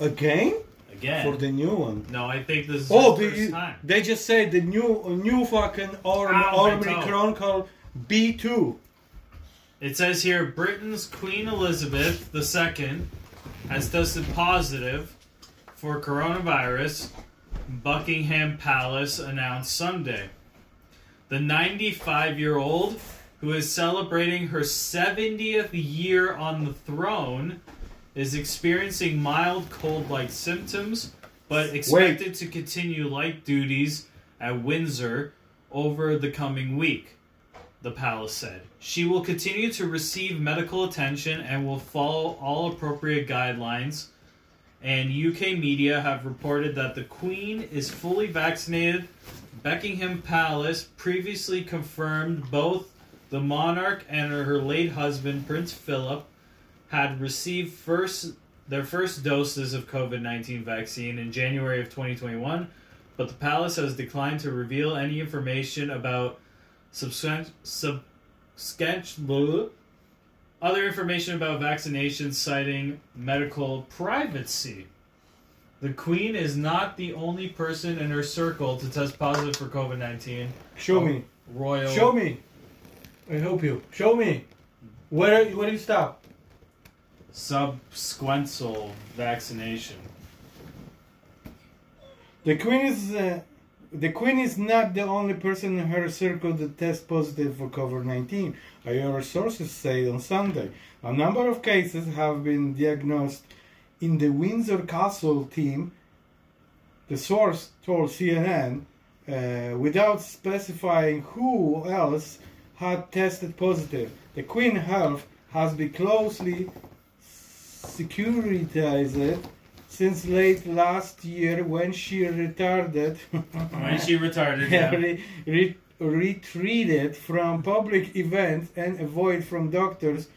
[SPEAKER 2] Again?
[SPEAKER 1] again.
[SPEAKER 2] For the new one.
[SPEAKER 1] No, I think this is
[SPEAKER 2] Oh,
[SPEAKER 1] the first
[SPEAKER 2] they,
[SPEAKER 1] time. Ah,
[SPEAKER 2] they just said the new new fucking Orm,
[SPEAKER 1] Ow, my
[SPEAKER 2] Omicron called B2.
[SPEAKER 1] It says here Britain's Queen Elizabeth II has tested positive for coronavirus, Buckingham Palace announced Sunday. The 95 year old, who is celebrating her 70th year on the throne, is experiencing mild cold like symptoms, but expected to continue light duties at Windsor over the coming week the palace said. She will continue to receive medical attention and will follow all appropriate guidelines. And UK media have reported that the Queen is fully vaccinated. Buckingham Palace previously confirmed both the monarch and her late husband, Prince Philip, had received first their first doses of COVID 19 vaccine in January of 2021, but the palace has declined to reveal any information about subscribe, sub, sketch, blah. other information about vaccinations citing medical privacy. The Queen is not the only person in her circle to test positive for COVID 19.
[SPEAKER 2] Show me.
[SPEAKER 1] Royal.
[SPEAKER 2] Show me. I help you. Show me. Where where do you stop?
[SPEAKER 1] Subsequential vaccination.
[SPEAKER 2] The queen is uh, the queen is not the only person in her circle that tests positive for COVID-19. Our sources say on Sunday a number of cases have been diagnosed in the Windsor Castle team. The source told CNN, uh, without specifying who else had tested positive. The Queen Health has been closely securitized since late last year when she retarded
[SPEAKER 1] When she retarded,
[SPEAKER 2] yeah,
[SPEAKER 1] yeah.
[SPEAKER 2] re- re- retreated from public events and avoid from doctors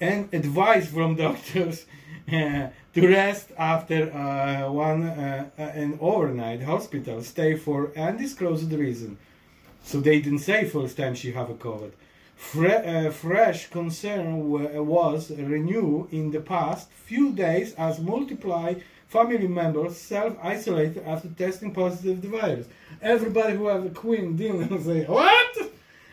[SPEAKER 2] and advice from doctors uh, to rest after uh, one uh, uh, an overnight hospital stay for undisclosed reason. So they didn't say first time she have a COVID. Fre- uh, fresh concern wa- uh, was renewed in the past few days as multiply family members self-isolated after testing positive the virus. Everybody who has a queen didn't say, what?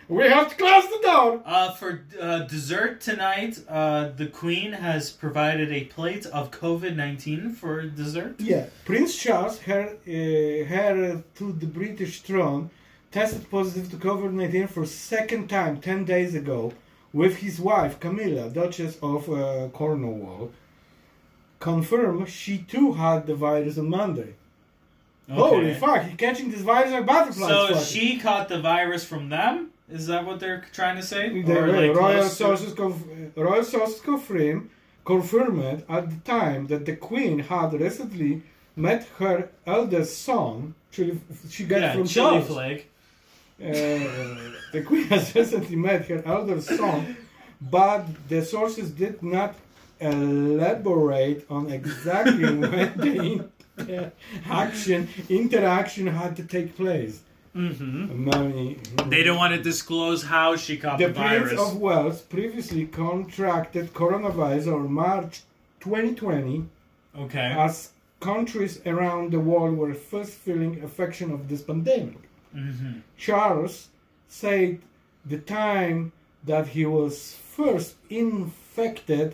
[SPEAKER 2] We have to close the door.
[SPEAKER 1] Uh, for uh, dessert tonight, uh, the Queen has provided a plate of COVID 19 for dessert.
[SPEAKER 2] Yeah, Prince Charles, heir, uh, heir to the British throne, tested positive to COVID-19 for second time 10 days ago with his wife Camilla, Duchess of uh, Cornwall. Confirmed she too had the virus on Monday. Holy
[SPEAKER 1] Okay.
[SPEAKER 2] fuck, he's catching this virus like butterflies.
[SPEAKER 1] So
[SPEAKER 2] fucking.
[SPEAKER 1] she caught the virus from them? Is that what they're trying to say?
[SPEAKER 2] The
[SPEAKER 1] Or, like,
[SPEAKER 2] royal,
[SPEAKER 1] close to-
[SPEAKER 2] sources conf- royal sources confirm confirmed at the time that the queen had recently met her eldest son. She, she got
[SPEAKER 1] yeah,
[SPEAKER 2] from
[SPEAKER 1] chili
[SPEAKER 2] Charles.
[SPEAKER 1] flake.
[SPEAKER 2] Uh, the queen has recently met her elder son, but the sources did not elaborate on exactly when the inter- action interaction had to take place.
[SPEAKER 1] Mm-hmm.
[SPEAKER 2] Many,
[SPEAKER 1] They don't want to disclose how she caught the,
[SPEAKER 2] the
[SPEAKER 1] virus.
[SPEAKER 2] Prince of Wales previously contracted coronavirus on March 2020
[SPEAKER 1] okay.
[SPEAKER 2] as countries around the world were first feeling affection of this pandemic.
[SPEAKER 1] hmm
[SPEAKER 2] Charles said the time that he was first infected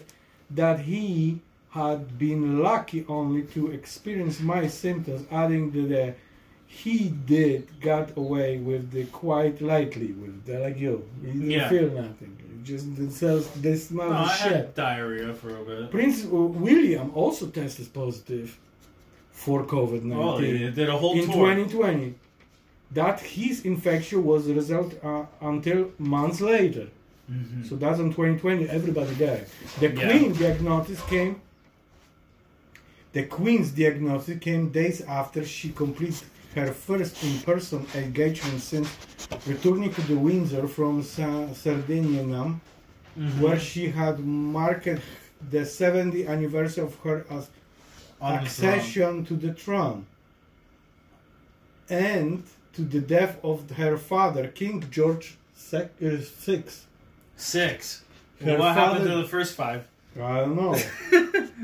[SPEAKER 2] that he had been lucky only to experience my symptoms, adding that uh, he did got away with the quite lightly with the like you. He didn't
[SPEAKER 1] Yeah.
[SPEAKER 2] feel nothing. It just the cells they smell
[SPEAKER 1] No,
[SPEAKER 2] the
[SPEAKER 1] Oh, I
[SPEAKER 2] shit.
[SPEAKER 1] had diarrhea for a bit.
[SPEAKER 2] Prince uh, William also tested positive for COVID
[SPEAKER 1] Oh,
[SPEAKER 2] nineteen
[SPEAKER 1] they did a whole
[SPEAKER 2] in
[SPEAKER 1] tour.
[SPEAKER 2] 2020 that his infection was a result uh, until months later.
[SPEAKER 1] Mhm.
[SPEAKER 2] So that's in 2020, everybody died. The
[SPEAKER 1] Yeah.
[SPEAKER 2] queen diagnosis came. The queen's diagnosis came days after she completed her first in-person engagement since returning to the Windsor from Sa- Sardinia,
[SPEAKER 1] Mhm.
[SPEAKER 2] where she had marked the 70th anniversary of her as
[SPEAKER 1] On the throne.
[SPEAKER 2] accession to the throne and to the death of her father, King George sec- uh, VI.
[SPEAKER 1] Six.
[SPEAKER 2] Her
[SPEAKER 1] what happened
[SPEAKER 2] father-
[SPEAKER 1] to the first five?
[SPEAKER 2] I don't know.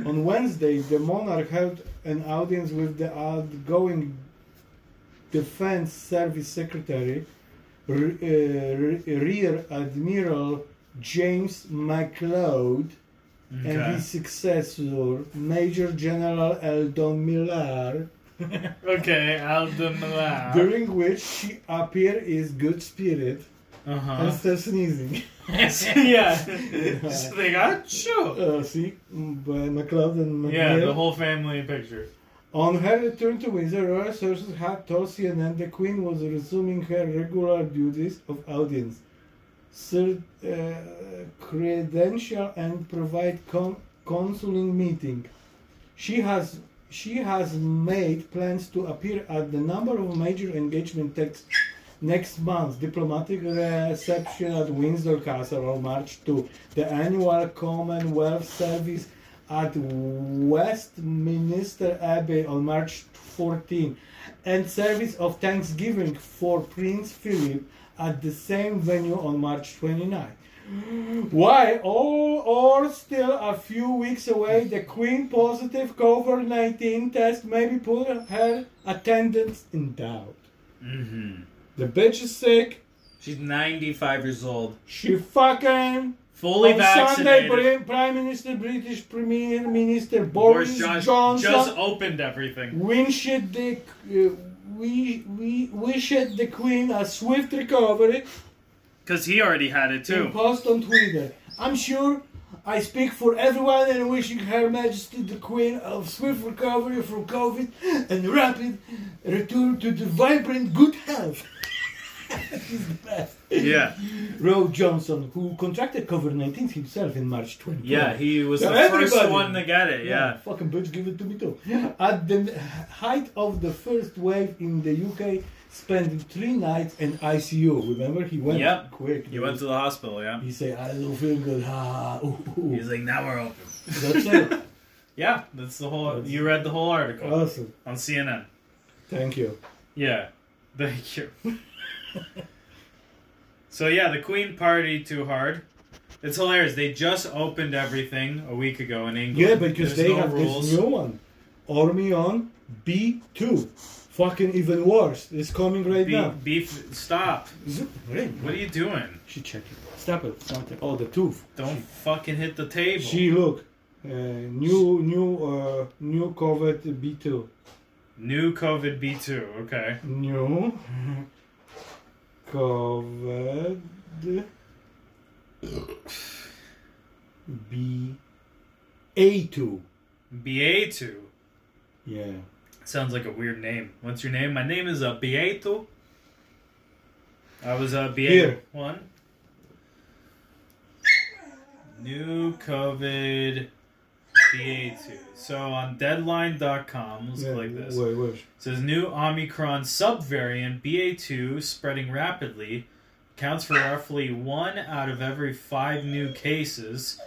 [SPEAKER 2] On Wednesday, the monarch held an audience with the outgoing Defense Service Secretary, Re- uh, Re- Rear Admiral James McLeod, and
[SPEAKER 1] Okay.
[SPEAKER 2] his successor, Major General Eldon Millar.
[SPEAKER 1] Okay, I'll do
[SPEAKER 2] during which she appear is good spirit
[SPEAKER 1] Uh
[SPEAKER 2] and
[SPEAKER 1] huh.
[SPEAKER 2] start sneezing.
[SPEAKER 1] yeah. Just they got you.
[SPEAKER 2] Uh, see, Mm, by McLeod and McNeil.
[SPEAKER 1] Yeah, the whole family picture.
[SPEAKER 2] On her return to Windsor, royal sources had told CNN the Queen was resuming her regular duties of audience, serve uh, credential, and provide con- counseling meeting. She has she has made plans to appear at the number of major engagement texts next month. Diplomatic reception at Windsor Castle on March 2. The annual Commonwealth service at Westminster Abbey on March 14. And service of Thanksgiving for Prince Philip at the same venue on March 29. Why, all or still a few weeks away, the Queen positive COVID 19 test maybe put her attendance in doubt.
[SPEAKER 1] Mm-hmm.
[SPEAKER 2] The bitch is sick.
[SPEAKER 1] She's 95 years old.
[SPEAKER 2] She fucking.
[SPEAKER 1] Fully
[SPEAKER 2] on Sunday,
[SPEAKER 1] vaccinated.
[SPEAKER 2] Pri- Prime Minister, British Premier Minister
[SPEAKER 1] Boris
[SPEAKER 2] Boris
[SPEAKER 1] Johnson
[SPEAKER 2] Johnson
[SPEAKER 1] just opened everything.
[SPEAKER 2] wished the uh, we we wished the Queen a swift recovery.
[SPEAKER 1] Because he already had it
[SPEAKER 2] and
[SPEAKER 1] too.
[SPEAKER 2] Post on Twitter. I'm sure I speak for everyone in wishing Her Majesty the Queen of swift recovery from COVID and rapid return to the vibrant good health. She's the best.
[SPEAKER 1] Yeah.
[SPEAKER 2] Roe Johnson, who contracted COVID 19 himself in March 2020.
[SPEAKER 1] Yeah, he was
[SPEAKER 2] Yeah,
[SPEAKER 1] the first
[SPEAKER 2] everybody.
[SPEAKER 1] one to get it. Yeah.
[SPEAKER 2] Fucking bitch, give it to me too. At the height of the first wave in the UK, spending three nights in ICU. Remember, he went
[SPEAKER 1] Yep.
[SPEAKER 2] quick.
[SPEAKER 1] He went to the hospital, yeah.
[SPEAKER 2] He said, I don't feel good. Ah, ooh, ooh.
[SPEAKER 1] He's like, now we're open.
[SPEAKER 2] That's it.
[SPEAKER 1] Yeah, that's the whole. You read the whole article
[SPEAKER 2] awesome.
[SPEAKER 1] on CNN.
[SPEAKER 2] Thank you.
[SPEAKER 1] Yeah, thank you. so yeah, the Queen party too hard. It's hilarious. They just opened everything a week ago in England.
[SPEAKER 2] Yeah, because
[SPEAKER 1] There's
[SPEAKER 2] they
[SPEAKER 1] no
[SPEAKER 2] have
[SPEAKER 1] rules.
[SPEAKER 2] this new one. Ormion B2. Fucking even worse. It's coming right
[SPEAKER 1] Be-
[SPEAKER 2] now.
[SPEAKER 1] beef. Stop.
[SPEAKER 2] Zoom. Hey,
[SPEAKER 1] What are you doing?
[SPEAKER 2] She checked it. Stop it. Stop it. Oh, the tooth.
[SPEAKER 1] Don't fucking hit the table.
[SPEAKER 2] She look, uh, new new uh, new COVID B two
[SPEAKER 1] New COVID B two. Okay.
[SPEAKER 2] new COVID B A two.
[SPEAKER 1] BA two.
[SPEAKER 2] Yeah,
[SPEAKER 1] Sounds like a weird name. What's your name? My name is uh, Beato. I was uh, Beato
[SPEAKER 2] Here.
[SPEAKER 1] one. New COVID BA2. So on deadline.com, let's click this.
[SPEAKER 2] Wait, wait.
[SPEAKER 1] It says new Omicron subvariant BA2 spreading rapidly, accounts for roughly one out of every five new cases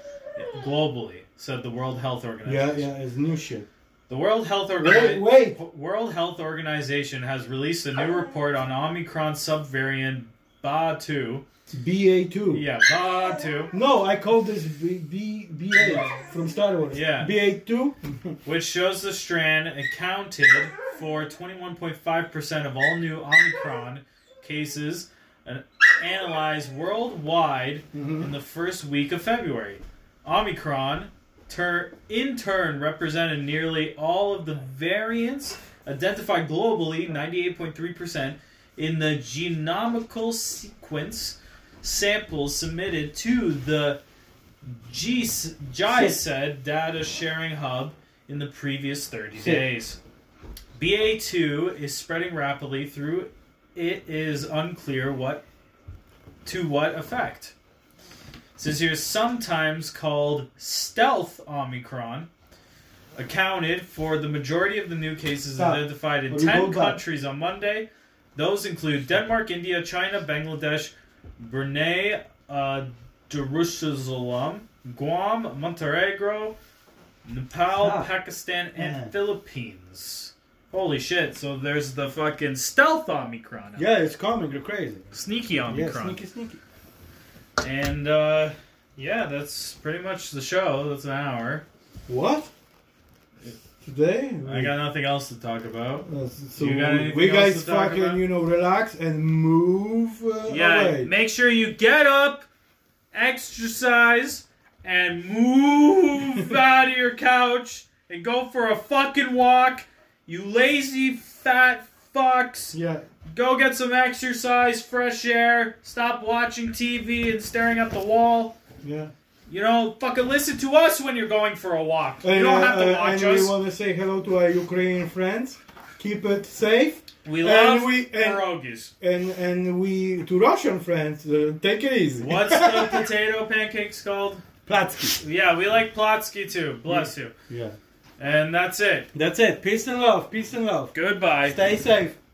[SPEAKER 1] globally, said the World Health
[SPEAKER 2] Yeah,
[SPEAKER 1] Organization.
[SPEAKER 2] yeah, it's new shit.
[SPEAKER 1] The World Health
[SPEAKER 2] Wait,
[SPEAKER 1] Organization.
[SPEAKER 2] wait.
[SPEAKER 1] World Health Organization has released a new report on Omicron subvariant BA2.
[SPEAKER 2] BA2.
[SPEAKER 1] Yeah, BA2,
[SPEAKER 2] No, I call this B, B, BA from Star Wars.
[SPEAKER 1] Yeah.
[SPEAKER 2] BA2?
[SPEAKER 1] which shows the strand accounted for 21.5% of all new Omicron cases an- analyzed worldwide in the first week of February. Omicron, ter- in turn, represented nearly all of the variants identified globally, 98.3%, in the genomical sequence samples submitted to the G- GISED data sharing hub in the previous 30 days. BA2 is spreading rapidly through it is unclear what to what effect. Since you're sometimes called stealth Omicron, accounted for the majority of the new cases
[SPEAKER 2] Stop.
[SPEAKER 1] identified in
[SPEAKER 2] Let me go
[SPEAKER 1] 10
[SPEAKER 2] back.
[SPEAKER 1] countries on Monday. Those include Denmark, India, China, Bangladesh, Brunei, uh, Jerusalem, Guam, Montenegro, Nepal,
[SPEAKER 2] Stop.
[SPEAKER 1] Pakistan, and
[SPEAKER 2] Yeah.
[SPEAKER 1] Philippines. Holy shit, so there's the fucking stealth Omicron. out
[SPEAKER 2] Yeah, it's coming. You're crazy.
[SPEAKER 1] Sneaky
[SPEAKER 2] Yeah,
[SPEAKER 1] Omicron.
[SPEAKER 2] sneaky, sneaky.
[SPEAKER 1] And uh, yeah, that's pretty much the show. That's an hour.
[SPEAKER 2] What? Today?
[SPEAKER 1] I got nothing else to talk about.
[SPEAKER 2] Uh, so
[SPEAKER 1] You got anything
[SPEAKER 2] we
[SPEAKER 1] else
[SPEAKER 2] guys
[SPEAKER 1] to talk
[SPEAKER 2] fucking,
[SPEAKER 1] about?
[SPEAKER 2] you know, relax and move uh,
[SPEAKER 1] Yeah,
[SPEAKER 2] away.
[SPEAKER 1] make sure you get up, exercise, and move out of your couch and go for a fucking walk. You lazy fat fucks.
[SPEAKER 2] yeah,
[SPEAKER 1] Go get some exercise, fresh air. Stop watching TV and staring at the wall.
[SPEAKER 2] yeah.
[SPEAKER 1] You know, fucking listen to us when you're going for a walk. You
[SPEAKER 2] And,
[SPEAKER 1] don't
[SPEAKER 2] uh,
[SPEAKER 1] have to
[SPEAKER 2] uh,
[SPEAKER 1] watch
[SPEAKER 2] and
[SPEAKER 1] us.
[SPEAKER 2] we want to say hello to our Ukrainian friends. Keep it safe.
[SPEAKER 1] We
[SPEAKER 2] And
[SPEAKER 1] love
[SPEAKER 2] we- and-
[SPEAKER 1] pierogies.
[SPEAKER 2] And and we to Russian friends, uh, take it easy.
[SPEAKER 1] What's the potato pancakes called?
[SPEAKER 2] Platsky.
[SPEAKER 1] Yeah, we like Plotsky too. Bless you.
[SPEAKER 2] Yeah.
[SPEAKER 1] And that's it.
[SPEAKER 2] That's it. Peace and love. Peace and love.
[SPEAKER 1] Goodbye.
[SPEAKER 2] Stay safe.